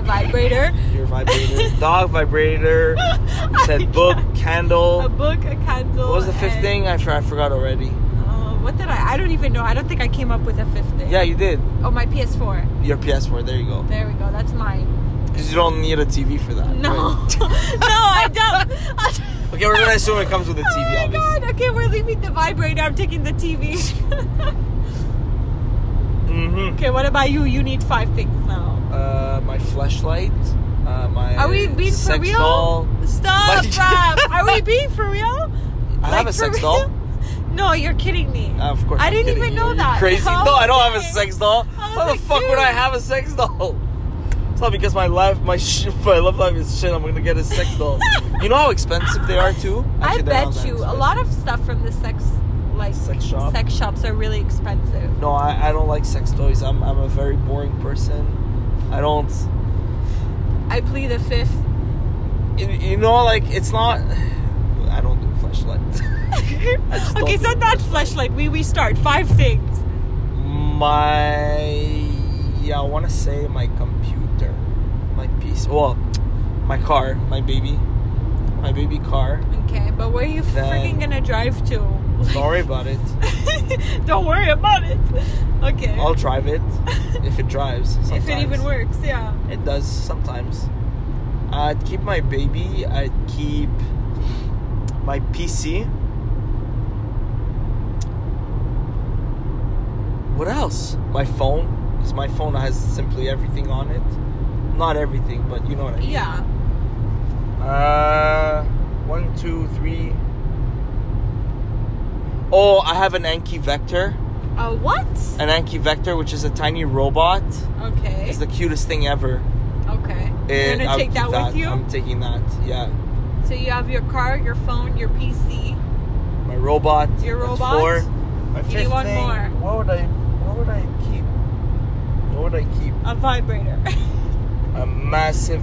Speaker 2: vibrator,
Speaker 1: your vibrator, dog vibrator, said book,
Speaker 2: a
Speaker 1: candle.
Speaker 2: book, a candle.
Speaker 1: What was the fifth
Speaker 2: and-
Speaker 1: thing? I, for, I forgot already.
Speaker 2: Uh, what did I? I don't even know. I don't think I came up with a fifth thing.
Speaker 1: Yeah, you did.
Speaker 2: Oh, my PS4.
Speaker 1: Your PS4. There you go.
Speaker 2: There we go. That's mine.
Speaker 1: Because you don't need a TV for that.
Speaker 2: No, no,
Speaker 1: right?
Speaker 2: I don't.
Speaker 1: Okay, we're gonna assume it comes with a
Speaker 2: oh
Speaker 1: TV,
Speaker 2: my
Speaker 1: obviously.
Speaker 2: god. Okay, we're leaving the vibrator. I'm taking the TV.
Speaker 1: Mm-hmm.
Speaker 2: okay, what about you? You need five things now.
Speaker 1: Uh, my flashlight. Uh, my.
Speaker 2: Are we being for
Speaker 1: sex
Speaker 2: real?
Speaker 1: doll.
Speaker 2: Stop,
Speaker 1: Like-
Speaker 2: bruv. Are we being for real?
Speaker 1: I have a
Speaker 2: for
Speaker 1: sex
Speaker 2: real?
Speaker 1: doll.
Speaker 2: No, you're kidding me.
Speaker 1: Uh, of course.
Speaker 2: I
Speaker 1: I'm
Speaker 2: didn't
Speaker 1: kidding
Speaker 2: even
Speaker 1: you.
Speaker 2: know
Speaker 1: Are you
Speaker 2: that.
Speaker 1: Crazy.
Speaker 2: Oh,
Speaker 1: no, I don't have a
Speaker 2: okay.
Speaker 1: sex doll.
Speaker 2: I was
Speaker 1: How the
Speaker 2: like,
Speaker 1: fuck would
Speaker 2: dude.
Speaker 1: I have a sex doll? It's not because my life, my sh- my love life is shit. I'm gonna get a sex doll. you know how expensive they are too.
Speaker 2: I
Speaker 1: Actually, they're not
Speaker 2: bet
Speaker 1: that
Speaker 2: you a
Speaker 1: expensive.
Speaker 2: lot of stuff from the sex like
Speaker 1: Sex shop?
Speaker 2: sex shops are really expensive.
Speaker 1: No, I, I don't like sex toys. I'm I'm a very boring person. I don't.
Speaker 2: I plead the fifth.
Speaker 1: You, you know, like it's not. I don't do flashlight. just
Speaker 2: okay,
Speaker 1: don't
Speaker 2: so not flashlight. We we start five things.
Speaker 1: my yeah, I want to say my computer, my piece. Well, my car, my baby, my baby car.
Speaker 2: Okay, but where are you
Speaker 1: Then-
Speaker 2: freaking gonna drive to?
Speaker 1: Sorry about it.
Speaker 2: Don't worry about it. Okay.
Speaker 1: I'll drive it if it drives. Sometimes.
Speaker 2: if it even works, yeah.
Speaker 1: It does sometimes. I'd keep my baby. I'd keep my PC. What else? My phone, because my phone has simply everything on it. Not everything, but you know what I mean.
Speaker 2: Yeah.
Speaker 1: Uh, one, two, three. Oh, I have an Anki Vector.
Speaker 2: Uh, what?
Speaker 1: An Anki Vector, which is a tiny robot.
Speaker 2: Okay.
Speaker 1: It's the cutest thing ever.
Speaker 2: Okay. You're
Speaker 1: And
Speaker 2: gonna
Speaker 1: I would
Speaker 2: take
Speaker 1: keep
Speaker 2: that, with you.
Speaker 1: I'm taking that. Yeah,
Speaker 2: So you have your car, your phone, your PC.
Speaker 1: my robot.
Speaker 2: Your
Speaker 1: that's
Speaker 2: robot?
Speaker 1: Four. My
Speaker 2: need
Speaker 1: fifth
Speaker 2: one
Speaker 1: thing.
Speaker 2: more.
Speaker 1: What would I? What would I keep? What would I keep?
Speaker 2: A vibrator.
Speaker 1: A massive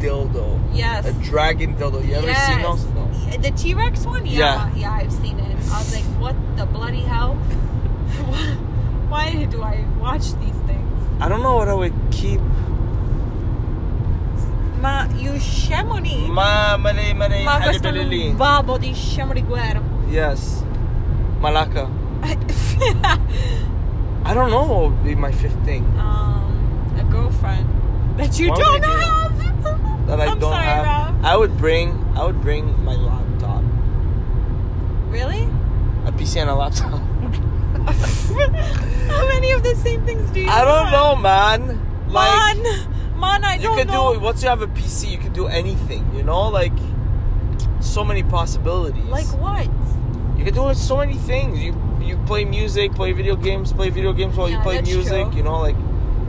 Speaker 1: dildo.
Speaker 2: yes.
Speaker 1: A dragon dildo. You ever seen
Speaker 2: Yes.
Speaker 1: those? No.
Speaker 2: Y- The T Rex one? Yeah.
Speaker 1: Yeah.
Speaker 2: yeah. I've seen it. I was like, what the bloody hell? Why do I watch these things?
Speaker 1: I don't know what I would keep.
Speaker 2: Ma, you shemoni.
Speaker 1: Ma male male
Speaker 2: Ma,
Speaker 1: hadi
Speaker 2: questo
Speaker 1: belili.
Speaker 2: non va, body shemoni guerra.
Speaker 1: Yes. Malaka. I don't know what would be my fifth thing
Speaker 2: um, a girlfriend that you
Speaker 1: Why would
Speaker 2: don't
Speaker 1: I do
Speaker 2: have.
Speaker 1: that I
Speaker 2: am
Speaker 1: don't
Speaker 2: sorry,
Speaker 1: have.
Speaker 2: Rob.
Speaker 1: I would bring I would bring my laptop.
Speaker 2: Really?
Speaker 1: A PC and a laptop.
Speaker 2: How many of the same things do you
Speaker 1: I don't
Speaker 2: have?
Speaker 1: know man. Like
Speaker 2: man, man, I
Speaker 1: you
Speaker 2: don't
Speaker 1: can
Speaker 2: know.
Speaker 1: do once you have a PC you can do anything, you know? Like so many possibilities.
Speaker 2: Like what?
Speaker 1: you can do so many things. You you play music, play video games, play video games while
Speaker 2: Yeah,
Speaker 1: you play
Speaker 2: that's
Speaker 1: music,
Speaker 2: true.
Speaker 1: you know, like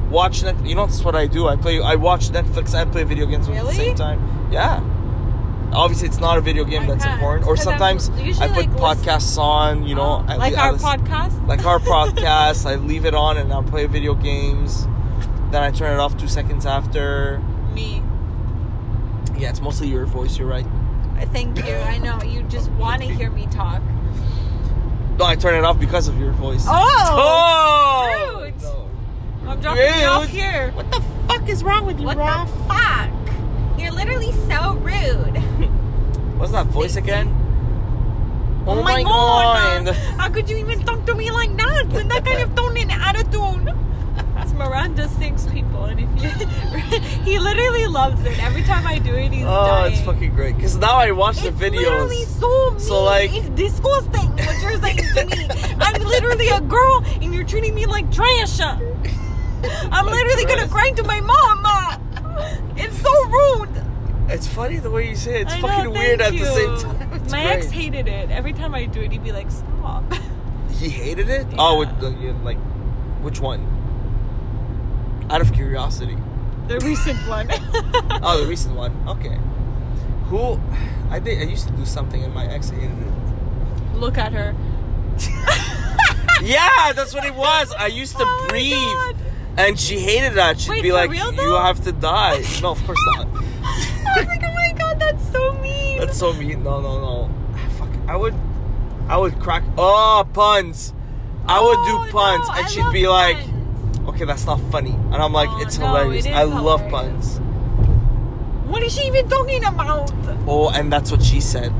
Speaker 1: watch net you know that's what I do. I play I watch Netflix and play video games at the
Speaker 2: Really?
Speaker 1: same time. Yeah. Obviously it's not a video game
Speaker 2: I
Speaker 1: that's
Speaker 2: can't,
Speaker 1: important. Or
Speaker 2: 'cause I'm
Speaker 1: sometimes I
Speaker 2: usually,
Speaker 1: put
Speaker 2: like, listen-
Speaker 1: podcasts on, you know,
Speaker 2: Uh,
Speaker 1: I,
Speaker 2: like
Speaker 1: I
Speaker 2: our
Speaker 1: listen-
Speaker 2: podcast.
Speaker 1: like our podcast. I leave it on and I'll play video games. Then I turn it off two seconds after.
Speaker 2: Me.
Speaker 1: Yeah, it's mostly your voice. You're right.
Speaker 2: Thank you. I know you just want to hear me talk.
Speaker 1: No, I turn it off because of your voice.
Speaker 2: Oh,
Speaker 1: Oh!
Speaker 2: Rude.
Speaker 1: No.
Speaker 2: I'm dropping you off
Speaker 1: Rude.
Speaker 2: here.
Speaker 1: What the fuck is wrong with you,
Speaker 2: What
Speaker 1: Raph?
Speaker 2: the fuck? You're literally so rude.
Speaker 1: What's that voice
Speaker 2: Stacey.
Speaker 1: again?
Speaker 2: Oh, my god! How could you even talk to me like that with that kind of tone and attitude? It's Miranda sings people, and if you, he literally loves it. Every time I do it, he's
Speaker 1: Oh,
Speaker 2: dying.
Speaker 1: it's fucking great. Cause now I watch the
Speaker 2: It's
Speaker 1: videos.
Speaker 2: literally so mean.
Speaker 1: So, like-
Speaker 2: it's disgusting what you're saying to me. I'm literally a girl, and you're treating me like trash. I'm literally gonna
Speaker 1: trash.
Speaker 2: cry to my mom. It's so rude.
Speaker 1: It's funny the way you say it. It's
Speaker 2: I know,
Speaker 1: fucking weird at
Speaker 2: thank
Speaker 1: the
Speaker 2: you.
Speaker 1: same time. It's
Speaker 2: my
Speaker 1: great.
Speaker 2: ex hated it. Every time I do it, he'd be like, "Stop."
Speaker 1: He hated it? Oh,
Speaker 2: Yeah.
Speaker 1: with the, you- like, which one? Out of curiosity.
Speaker 2: The recent one.
Speaker 1: Oh, the recent one. Okay. Who? I did. I used to do something, and my ex hated it.
Speaker 2: Look at her.
Speaker 1: yeah, that's what it was. I used to
Speaker 2: Oh my
Speaker 1: breathe,
Speaker 2: God.
Speaker 1: and she hated that. She'd
Speaker 2: Wait,
Speaker 1: be
Speaker 2: for
Speaker 1: like,
Speaker 2: real,
Speaker 1: "You
Speaker 2: though?"
Speaker 1: have to die." No, of course not.
Speaker 2: I was like, oh my god, that's so mean.
Speaker 1: That's so mean. No, no, no. I would, I would crack. Oh, puns! I would
Speaker 2: Oh,
Speaker 1: do
Speaker 2: no,
Speaker 1: puns,
Speaker 2: I
Speaker 1: and she'd
Speaker 2: love
Speaker 1: be like,
Speaker 2: puns.
Speaker 1: "Okay, that's not funny," and I'm like,
Speaker 2: Oh,
Speaker 1: "It's
Speaker 2: no,
Speaker 1: hilarious.
Speaker 2: it is
Speaker 1: I love
Speaker 2: hilarious.
Speaker 1: puns."
Speaker 2: What is she even talking about?
Speaker 1: Oh, and that's what she said.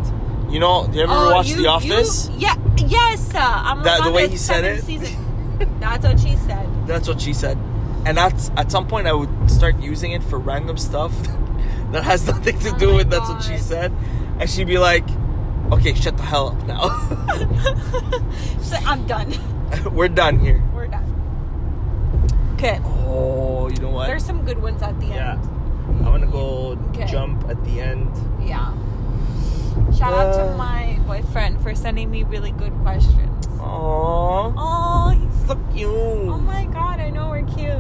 Speaker 1: You know, do you ever
Speaker 2: Oh,
Speaker 1: watch
Speaker 2: you-
Speaker 1: The
Speaker 2: you-
Speaker 1: Office?
Speaker 2: yeah, yes. Uh, I'm
Speaker 1: That- the
Speaker 2: on
Speaker 1: way he said
Speaker 2: seventh
Speaker 1: it?
Speaker 2: Season. That's what she said.
Speaker 1: That's what she said, and that's at some point I would start using it for random stuff that has nothing to
Speaker 2: Oh
Speaker 1: do
Speaker 2: my
Speaker 1: with that's what she
Speaker 2: God.
Speaker 1: said, and she'd be like, "Okay, shut the hell up now.
Speaker 2: She's like, I'm done.
Speaker 1: We're done here."
Speaker 2: We're done. Okay.
Speaker 1: Oh, you know what?
Speaker 2: There's some good ones at the
Speaker 1: Yeah.
Speaker 2: end.
Speaker 1: I'm gonna go
Speaker 2: Okay.
Speaker 1: jump at the end.
Speaker 2: Yeah. Shout out to
Speaker 1: Uh,
Speaker 2: my boyfriend for sending me really good questions.
Speaker 1: Aww.
Speaker 2: Oh, he's,
Speaker 1: So cute.
Speaker 2: oh my god, I know we're cute.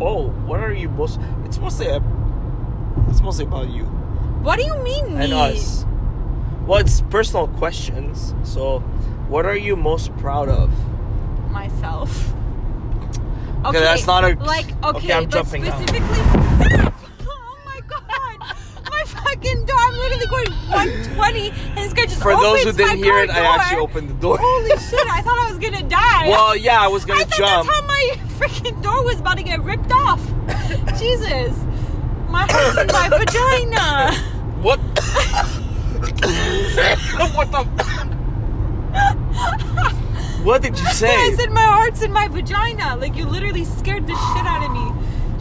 Speaker 1: Oh, what are you most? It's mostly a, it's mostly about you
Speaker 2: What do you mean, me?
Speaker 1: and us. Well, it's personal questions. So, what are you most proud of?
Speaker 2: Myself.
Speaker 1: Okay, that's not a-
Speaker 2: like.
Speaker 1: okay,
Speaker 2: Okay,
Speaker 1: I'm
Speaker 2: but
Speaker 1: jumping now.
Speaker 2: specifically. Oh my god, my fucking door! I'm literally going 120, and this guy just
Speaker 1: For those who
Speaker 2: opens my
Speaker 1: didn't hear it, I
Speaker 2: car
Speaker 1: actually
Speaker 2: door.
Speaker 1: opened the door.
Speaker 2: Holy shit! I thought I was gonna die.
Speaker 1: well, yeah, I was gonna
Speaker 2: I thought
Speaker 1: jump.
Speaker 2: that's how my freaking door was about to get ripped off. Jesus. My heart's in my vagina.
Speaker 1: What? what the? What did you say?
Speaker 2: I said my heart's in my vagina. Like you literally scared the shit out of me.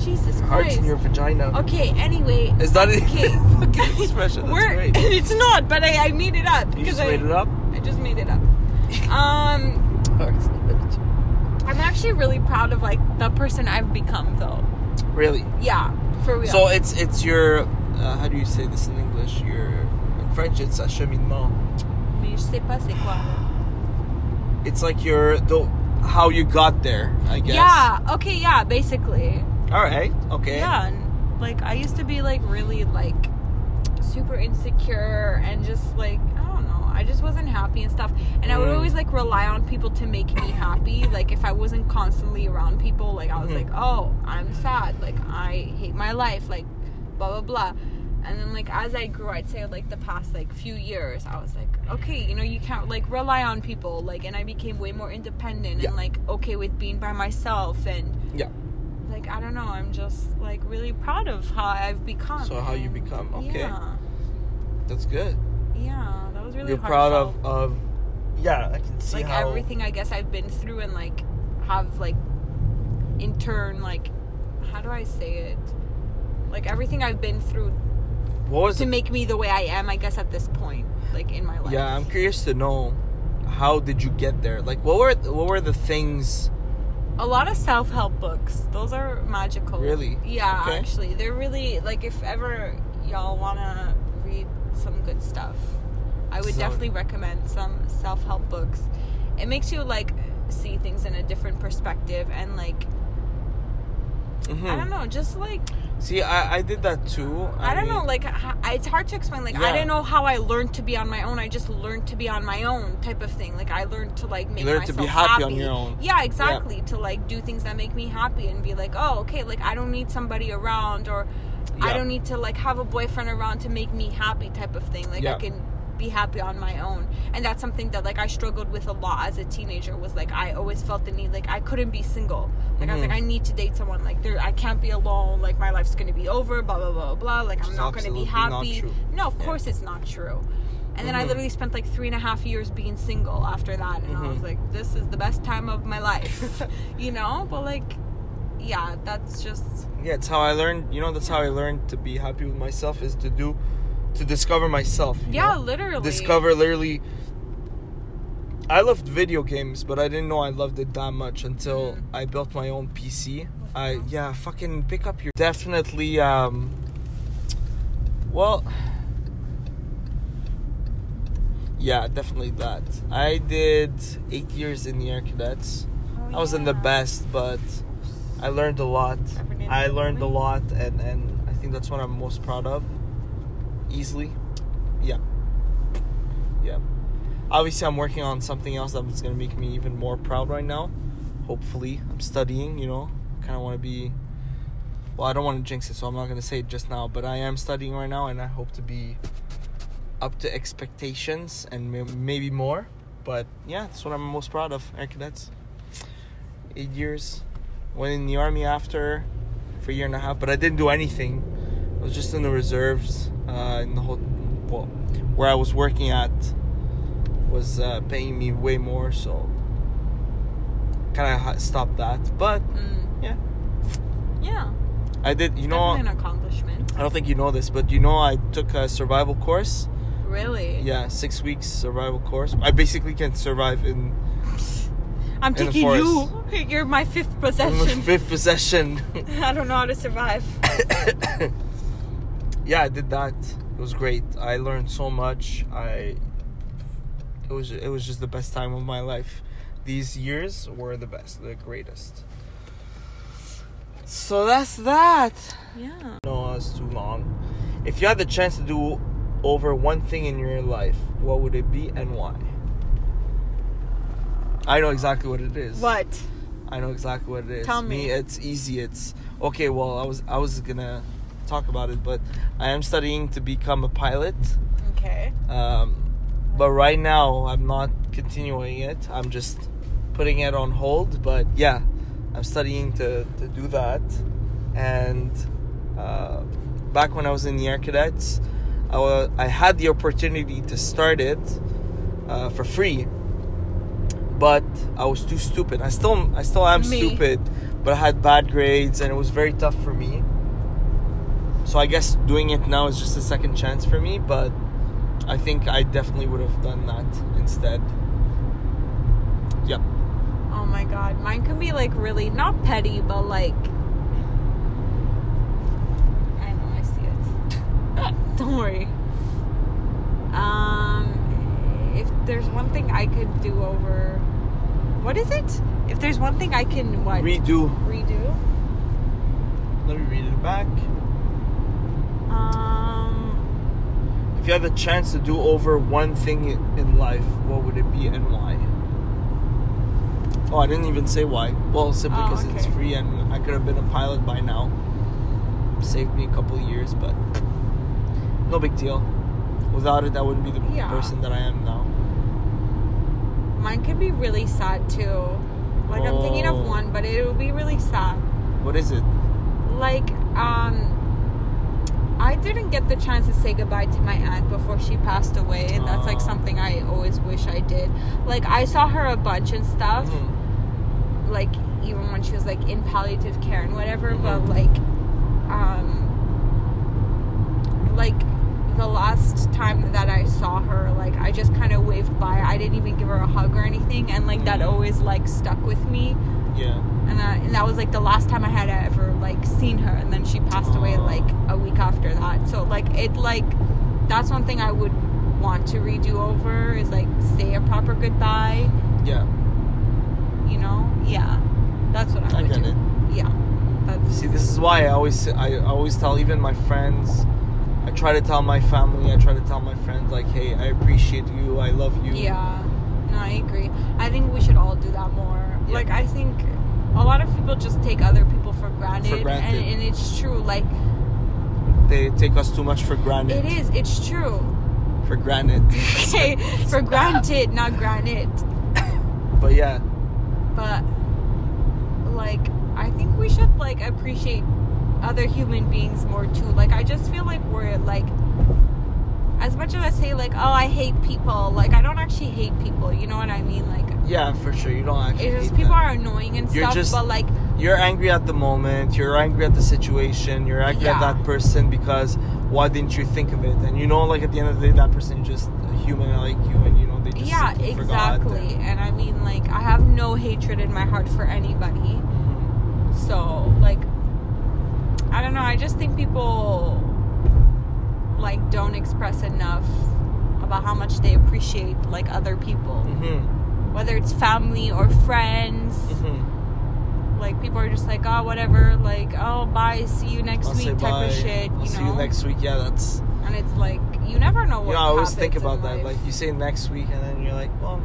Speaker 2: Jesus
Speaker 1: Hearts
Speaker 2: Christ.
Speaker 1: in your vagina.
Speaker 2: okay, anyway.
Speaker 1: Is that it?
Speaker 2: Okay.
Speaker 1: fucking expression? That's
Speaker 2: We're,
Speaker 1: great. You
Speaker 2: it's not, but I, I made it up.
Speaker 1: just
Speaker 2: because I,
Speaker 1: made it up.
Speaker 2: I just made it up. Um
Speaker 1: Hearts in your vagina.
Speaker 2: I'm actually really proud of like the person I've become though.
Speaker 1: Really?
Speaker 2: Oh, Yeah. For real.
Speaker 1: So it's it's your uh, how do you say this in English? Your in French it's acheminement.
Speaker 2: Mais je sais pas c'est quoi.
Speaker 1: It's like your the how you got there, I guess.
Speaker 2: Yeah. Okay. Yeah. Basically.
Speaker 1: All right. Okay.
Speaker 2: Yeah. and, Like I used to be like really like super insecure and just like I don't know. I just wasn't happy and stuff. And I would
Speaker 1: Mm.
Speaker 2: always like rely on people to make me happy. Like if I wasn't constantly around people, like I was
Speaker 1: Mhm.
Speaker 2: like, oh, I'm sad. Like I hate my life. Like blah blah blah. And then like as I grew, I'd say like the past like few years, I was like, okay, you know, you can't like rely on people. Like, and I became way more independent
Speaker 1: Yeah.
Speaker 2: and like okay with being by myself and
Speaker 1: Yeah.
Speaker 2: like I don't know, I'm just like really proud of how I've become.
Speaker 1: So how you
Speaker 2: and-
Speaker 1: become, okay.
Speaker 2: Yeah,
Speaker 1: That's good.
Speaker 2: yeah, that was really.
Speaker 1: You're proud of
Speaker 2: heartfelt.
Speaker 1: of yeah. I can see
Speaker 2: like
Speaker 1: how
Speaker 2: everything I guess I've been through and like have like in turn like how do I say it? Like everything I've been through
Speaker 1: What was
Speaker 2: to
Speaker 1: it?
Speaker 2: make me the way I am, I guess at this point, like in my life.
Speaker 1: Yeah, I'm curious to know how did you get there? Like what were what were the things?
Speaker 2: A lot of self help books. Those are magical.
Speaker 1: Really?
Speaker 2: Yeah,
Speaker 1: Okay.
Speaker 2: actually. They're really, like, if ever y'all want to read some good stuff, I would
Speaker 1: So-
Speaker 2: definitely recommend some self help books. It makes you, like, see things in a different perspective and, like,
Speaker 1: Mhm.
Speaker 2: I don't know, just like,
Speaker 1: See, I, I did that too.
Speaker 2: I, don't
Speaker 1: mean,
Speaker 2: know, like, h- it's hard to explain. Like,
Speaker 1: Yeah.
Speaker 2: I didn't know how I learned to be on my own. I just learned to be on my own type of thing. Like, I learned to, like, make
Speaker 1: you learn to
Speaker 2: myself
Speaker 1: be happy, on your own.
Speaker 2: yeah exactly to like do things that make me happy and be like oh okay like i don't need somebody around or i
Speaker 1: Yeah.
Speaker 2: don't need to like have a boyfriend around to make me happy type of thing like
Speaker 1: Yeah.
Speaker 2: i can be happy on my own and that's something that like i struggled with a lot as a teenager was like i always felt the need like i couldn't be single like i was
Speaker 1: Mhm.
Speaker 2: like i need to date someone like there i can't be alone like my life's gonna be over blah blah blah blah like
Speaker 1: Which
Speaker 2: i'm
Speaker 1: is
Speaker 2: not gonna be
Speaker 1: absolutely not
Speaker 2: happy
Speaker 1: true.
Speaker 2: no of
Speaker 1: Yeah.
Speaker 2: course it's not true and then I
Speaker 1: Mhm.
Speaker 2: literally spent like three and a half years being single after that. And I was
Speaker 1: Mhm.
Speaker 2: like, this is the best time of my life. you know? But like, yeah, that's just.
Speaker 1: Yeah, it's how I learned. You know, that's how I learned to be happy with myself is to do, to discover myself. you
Speaker 2: Yeah,
Speaker 1: know?
Speaker 2: literally.
Speaker 1: discover literally. I loved video games, but I didn't know I loved it that much until
Speaker 2: Mhm.
Speaker 1: I built my own PC. I
Speaker 2: hell?
Speaker 1: yeah, fucking pick up your definitely. um Well, yeah, definitely that. I did eight years in the Air Cadets.
Speaker 2: Oh,
Speaker 1: I wasn't the
Speaker 2: yeah.
Speaker 1: best, but I learned a lot.
Speaker 2: Everything
Speaker 1: I
Speaker 2: is
Speaker 1: learned a
Speaker 2: fine.
Speaker 1: lot, and and I think that's what I'm most proud of. Easily, yeah, yeah. Obviously, I'm working on something else that's gonna make me even more proud right now. Hopefully, I'm studying. You know, kind of want to be well, I don't want to jinx it, so I'm not gonna say it just now. But I am studying right now, and I hope to be up to expectations and may- maybe more. But yeah, that's what I'm most proud of. Air cadets, eight years. Went in the army after for a year and a half, but I didn't do anything. I was just in the reserves. Uh, in the whole, well, where I was working at was uh, paying me way more, so kind of ha- stopped that. But
Speaker 2: Mm.
Speaker 1: yeah,
Speaker 2: Yeah.
Speaker 1: I did. You know.
Speaker 2: Definitely an accomplishment.
Speaker 1: I don't think you know this, but you know I took a survival course.
Speaker 2: Really?
Speaker 1: Yeah, six weeks survival course. I basically can survive in,
Speaker 2: I'm
Speaker 1: In the
Speaker 2: taking you. You're my fifth
Speaker 1: in my
Speaker 2: possession.
Speaker 1: fifth possession.
Speaker 2: I don't know how to survive.
Speaker 1: yeah, I did that. It was great. I learned so much. I it was it was just the best time of my life. These years were the best, the greatest. So that's that.
Speaker 2: Yeah.
Speaker 1: No, it's too long. If you had the chance to do over one thing in your life, what would it be and why? I know exactly what it is.
Speaker 2: What?
Speaker 1: I know exactly what it is.
Speaker 2: Tell me.
Speaker 1: It's easy. It's okay. Well, I was I was gonna talk about it, but I am studying to become a pilot.
Speaker 2: Okay.
Speaker 1: Um, but right now, I'm not continuing it. I'm just putting it on hold. But yeah, I'm studying to, to do that. And uh, back when I was in the Air Cadets, I wa- I had the opportunity to start it uh, for free. But I was too stupid. I still I still am
Speaker 2: Me.
Speaker 1: stupid, but I had bad grades and it was very tough for me. So I guess doing it now is just a second chance for me, but I think I definitely would have done that instead. Yep.
Speaker 2: Oh my god. Mine can be like really not petty, but like. I know. I see it. don't worry. Um, if there's one thing I could do over, what is it? If there's one thing I can what
Speaker 1: Redo.
Speaker 2: redo?
Speaker 1: Let me read it back.
Speaker 2: Um,
Speaker 1: If you had the chance to do over one thing i- in life, what would it be and why? Oh, I didn't even say why. Well, simply
Speaker 2: Oh,
Speaker 1: because it's
Speaker 2: okay.
Speaker 1: free and I could have been a pilot by now. Saved me a couple years, but no big deal. Without it, I wouldn't be the
Speaker 2: Yeah.
Speaker 1: person that I am now.
Speaker 2: mine could be really sad too. Like I'm thinking
Speaker 1: Oh.
Speaker 2: of one, but it would be really sad.
Speaker 1: What is it?
Speaker 2: Like um, I didn't get the chance to say goodbye to my aunt before she passed away, and that's like
Speaker 1: Oh.
Speaker 2: something I always wish I did. Like I saw her a bunch and stuff,
Speaker 1: Mhm.
Speaker 2: like even when she was like in palliative care and whatever.
Speaker 1: Mhm.
Speaker 2: But like, um, like the last time that I saw her, like I just kind of waved by. I didn't even give her a hug or anything, and like that
Speaker 1: Mhm.
Speaker 2: always like stuck with me.
Speaker 1: Yeah.
Speaker 2: And, uh, and that was like the last time I had ever like seen her, and then she passed away
Speaker 1: Aw.
Speaker 2: like a week after that. So like it like that's one thing I would want to redo over is like say a proper goodbye.
Speaker 1: Yeah.
Speaker 2: You know? Yeah, that's what I,
Speaker 1: I
Speaker 2: would
Speaker 1: get
Speaker 2: do.
Speaker 1: it.
Speaker 2: Yeah, that's
Speaker 1: See, this is why I always I always tell even my friends. I try to tell my family. I try to tell my friends like, hey, I appreciate you. I love you.
Speaker 2: Yeah, no, I agree. I think we should all do that more.
Speaker 1: Yeah.
Speaker 2: Like, I think a lot of people just take other people for granted,
Speaker 1: granted.
Speaker 2: And, and it's true. Like,
Speaker 1: They take us too much for granted.
Speaker 2: it is, it's true.
Speaker 1: For granted.
Speaker 2: Okay, for granted, not granted.
Speaker 1: But yeah,
Speaker 2: But, like, I think we should, like, appreciate other human beings more too. Like, I just feel like we're, like, as much as I say, like, oh, I hate people, like, I don't actually hate people, you know what I mean? Like,
Speaker 1: yeah, for sure. You don't actually.
Speaker 2: it's just
Speaker 1: hate
Speaker 2: people
Speaker 1: them.
Speaker 2: are annoying and
Speaker 1: You're
Speaker 2: stuff,
Speaker 1: just-
Speaker 2: but, like,
Speaker 1: You're angry at the moment. You're angry at the situation. You're angry at
Speaker 2: Yeah.
Speaker 1: that person because why didn't you think of it? And you know, like at the end of the day, that person is just a human like you, and you know they just
Speaker 2: yeah
Speaker 1: simply forgot.
Speaker 2: exactly and i mean like i have no hatred in my heart for anybody
Speaker 1: Mhm.
Speaker 2: so like i don't know i just think people like don't express enough about how much they appreciate like other people
Speaker 1: Mhm.
Speaker 2: whether it's family or friends
Speaker 1: Mhm.
Speaker 2: like people are just like oh whatever like oh bye see you next
Speaker 1: I'll
Speaker 2: week
Speaker 1: say
Speaker 2: type
Speaker 1: bye.
Speaker 2: of shit
Speaker 1: I'll
Speaker 2: you
Speaker 1: see
Speaker 2: know
Speaker 1: you next week. Yeah, that's
Speaker 2: and it's like you never know what
Speaker 1: you know, I always
Speaker 2: happens
Speaker 1: think
Speaker 2: in
Speaker 1: about that.
Speaker 2: life.
Speaker 1: Like you say next week, and then you're like, well,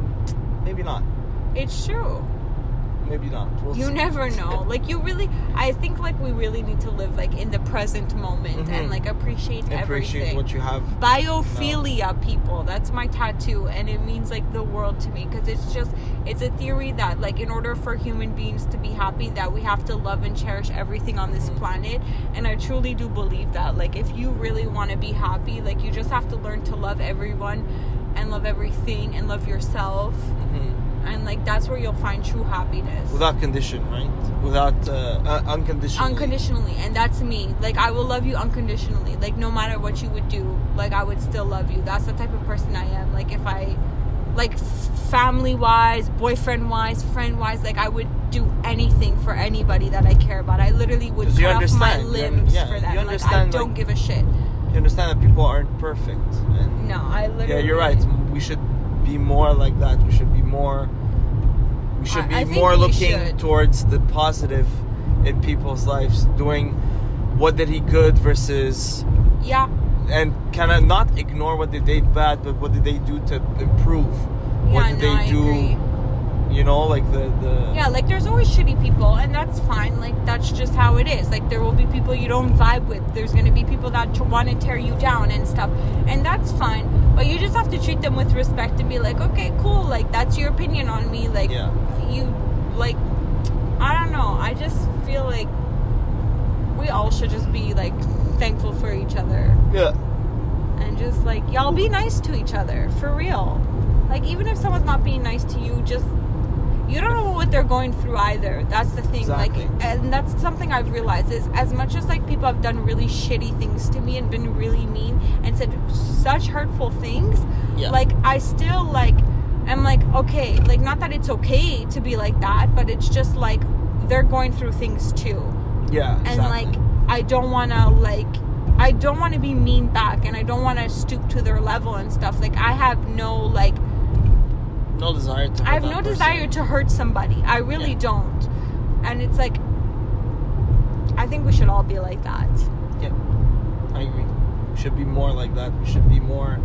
Speaker 1: maybe not.
Speaker 2: it's true
Speaker 1: maybe not. We'll
Speaker 2: you
Speaker 1: see.
Speaker 2: never know like you really i think like we really need to live like in the present moment and
Speaker 1: Mhm.
Speaker 2: like appreciate,
Speaker 1: Appreciate
Speaker 2: everything
Speaker 1: what you have.
Speaker 2: biophilia people that's my tattoo and it means like the world to me because it's just it's a theory that like in order for human beings to be happy that we have to love and cherish everything on
Speaker 1: Mm-hmm.
Speaker 2: this planet and i truly do believe that like if you really want to be happy like you just have to learn to love everyone and love everything and love yourself
Speaker 1: Mhm.
Speaker 2: and like that's where you'll find true happiness
Speaker 1: Without condition, right? Without uh, uh, unconditional.
Speaker 2: unconditionally and that's me like i will love you unconditionally like no matter what you would do like i would still love you that's the type of person i am like if i like family wise boyfriend wise friend wise like i would do anything for anybody that i care about i literally would
Speaker 1: 'Cause you
Speaker 2: cut off my
Speaker 1: understand, you un-
Speaker 2: limbs
Speaker 1: yeah,
Speaker 2: for
Speaker 1: you
Speaker 2: that like i
Speaker 1: understand,
Speaker 2: don't
Speaker 1: like-
Speaker 2: give a shit
Speaker 1: You understand that people aren't perfect. And
Speaker 2: no i literally
Speaker 1: yeah, you're right. We should be more like that. We should be more. We should
Speaker 2: I-
Speaker 1: be
Speaker 2: I think
Speaker 1: more
Speaker 2: we
Speaker 1: looking
Speaker 2: should.
Speaker 1: towards the positive in people's lives. Doing what did he good versus
Speaker 2: yeah
Speaker 1: and kind of not ignore what they did bad, but what did they do to improve? what
Speaker 2: yeah
Speaker 1: did
Speaker 2: no,
Speaker 1: they
Speaker 2: I
Speaker 1: do?
Speaker 2: agree.
Speaker 1: You know, like the the
Speaker 2: Yeah, like there's always shitty people, and that's fine. Like that's just how it is. Like there will be people you don't vibe with. There's gonna be people that want to tear you down and stuff, and that's fine. But you just have to treat them with respect and be like, okay, cool. Like that's your opinion on me. Like
Speaker 1: Yeah.
Speaker 2: you, like I don't know. I just feel like we all should just be like thankful for each other
Speaker 1: yeah.
Speaker 2: and just like y'all be nice to each other for real like even if someone's not being nice to you just you don't know what they're going through either that's the thing like
Speaker 1: Exactly.
Speaker 2: and that's something i've realized is as much as like people have done really shitty things to me and been really mean and said such hurtful things
Speaker 1: Yeah.
Speaker 2: like i still like i'm like okay like not that it's okay to be like that but it's just like they're going through things too
Speaker 1: yeah,
Speaker 2: and
Speaker 1: exactly.
Speaker 2: like I don't want to like I don't want to be mean back and I don't want to stoop to their level and stuff. Like I have no like
Speaker 1: no desire to.
Speaker 2: I
Speaker 1: hurt
Speaker 2: have no
Speaker 1: that person.
Speaker 2: desire to hurt somebody. I really
Speaker 1: Yeah.
Speaker 2: don't. And it's like I think we should all be like that.
Speaker 1: I agree. We should be more like that. We should be more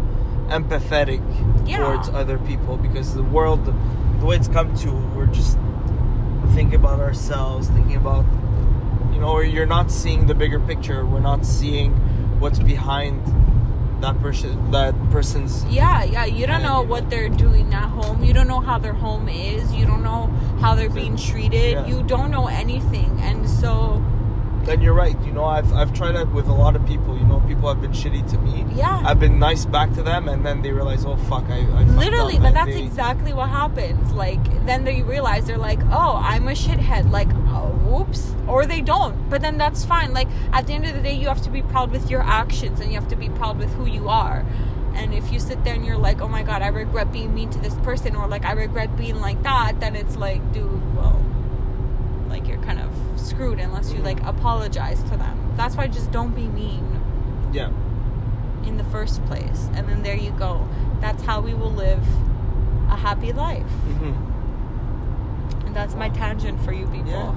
Speaker 1: empathetic
Speaker 2: Yeah.
Speaker 1: towards other people because the world, the way it's come to, we're just thinking about ourselves, thinking about, you know, or you're not seeing the bigger picture. We're not seeing what's behind that person, that person's.
Speaker 2: Yeah, yeah. You don't
Speaker 1: Yeah,
Speaker 2: know
Speaker 1: you
Speaker 2: what
Speaker 1: know.
Speaker 2: they're doing at home. You don't know how their home is. You don't know how they're being treated.
Speaker 1: Yeah.
Speaker 2: You don't know anything. And so
Speaker 1: And you're right. You know, I've I've tried that with a lot of people. You know, people have been shitty to me.
Speaker 2: yeah.
Speaker 1: I've been nice back to them, and then they realize, oh fuck, I, I fucked up,"
Speaker 2: Literally, but
Speaker 1: and
Speaker 2: that's
Speaker 1: they-
Speaker 2: exactly what happens. Like, then they realize they're like, oh, I'm a shithead. Like, oh, whoops. Or they don't. But then that's fine. Like, at the end of the day, you have to be proud with your actions and you have to be proud with who you are. And if you sit there and you're like, oh my God, I regret being mean to this person, or like, I regret being like that, then it's like, dude, well, like, you're kind of screwed unless you like apologize to them. That's why just don't be mean
Speaker 1: yeah.
Speaker 2: in the first place. And then there you go. That's how we will live a happy life.
Speaker 1: hmm
Speaker 2: And that's my tangent for you people.
Speaker 1: Yeah.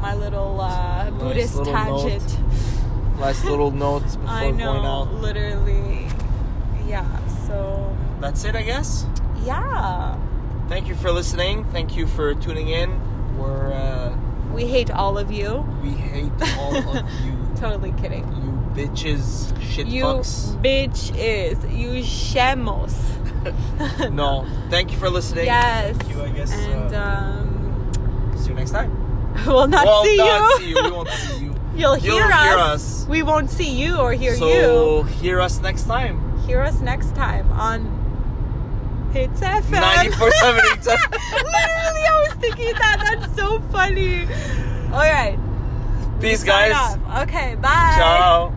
Speaker 2: My little uh,
Speaker 1: Nice
Speaker 2: Buddhist
Speaker 1: little
Speaker 2: tangent.
Speaker 1: Last little notes before
Speaker 2: I
Speaker 1: going
Speaker 2: know,
Speaker 1: out.
Speaker 2: literally. Yeah, so.
Speaker 1: That's it, I guess.
Speaker 2: Yeah.
Speaker 1: Thank you for listening. Thank you for tuning in. We're uh,
Speaker 2: We hate all of you.
Speaker 1: we hate all of you,
Speaker 2: Totally kidding.
Speaker 1: you bitches, shit
Speaker 2: you
Speaker 1: fucks.
Speaker 2: bitch is. You shemos.
Speaker 1: No, thank you for listening.
Speaker 2: Yes.
Speaker 1: Thank you, I guess,
Speaker 2: And
Speaker 1: uh,
Speaker 2: um,
Speaker 1: See you next time.
Speaker 2: we'll not
Speaker 1: well,
Speaker 2: see
Speaker 1: not
Speaker 2: you.
Speaker 1: see you. We won't see you.
Speaker 2: You'll hear,
Speaker 1: You'll hear
Speaker 2: us.
Speaker 1: us.
Speaker 2: We won't see you or hear
Speaker 1: so hear us next time.
Speaker 2: you. Hear us next time on Hits FM.
Speaker 1: 94.7 Hits
Speaker 2: Literally,
Speaker 1: FM.
Speaker 2: I was thinking that. That's so funny. All right.
Speaker 1: Peace,
Speaker 2: sign
Speaker 1: guys.
Speaker 2: off. Okay, bye.
Speaker 1: Ciao.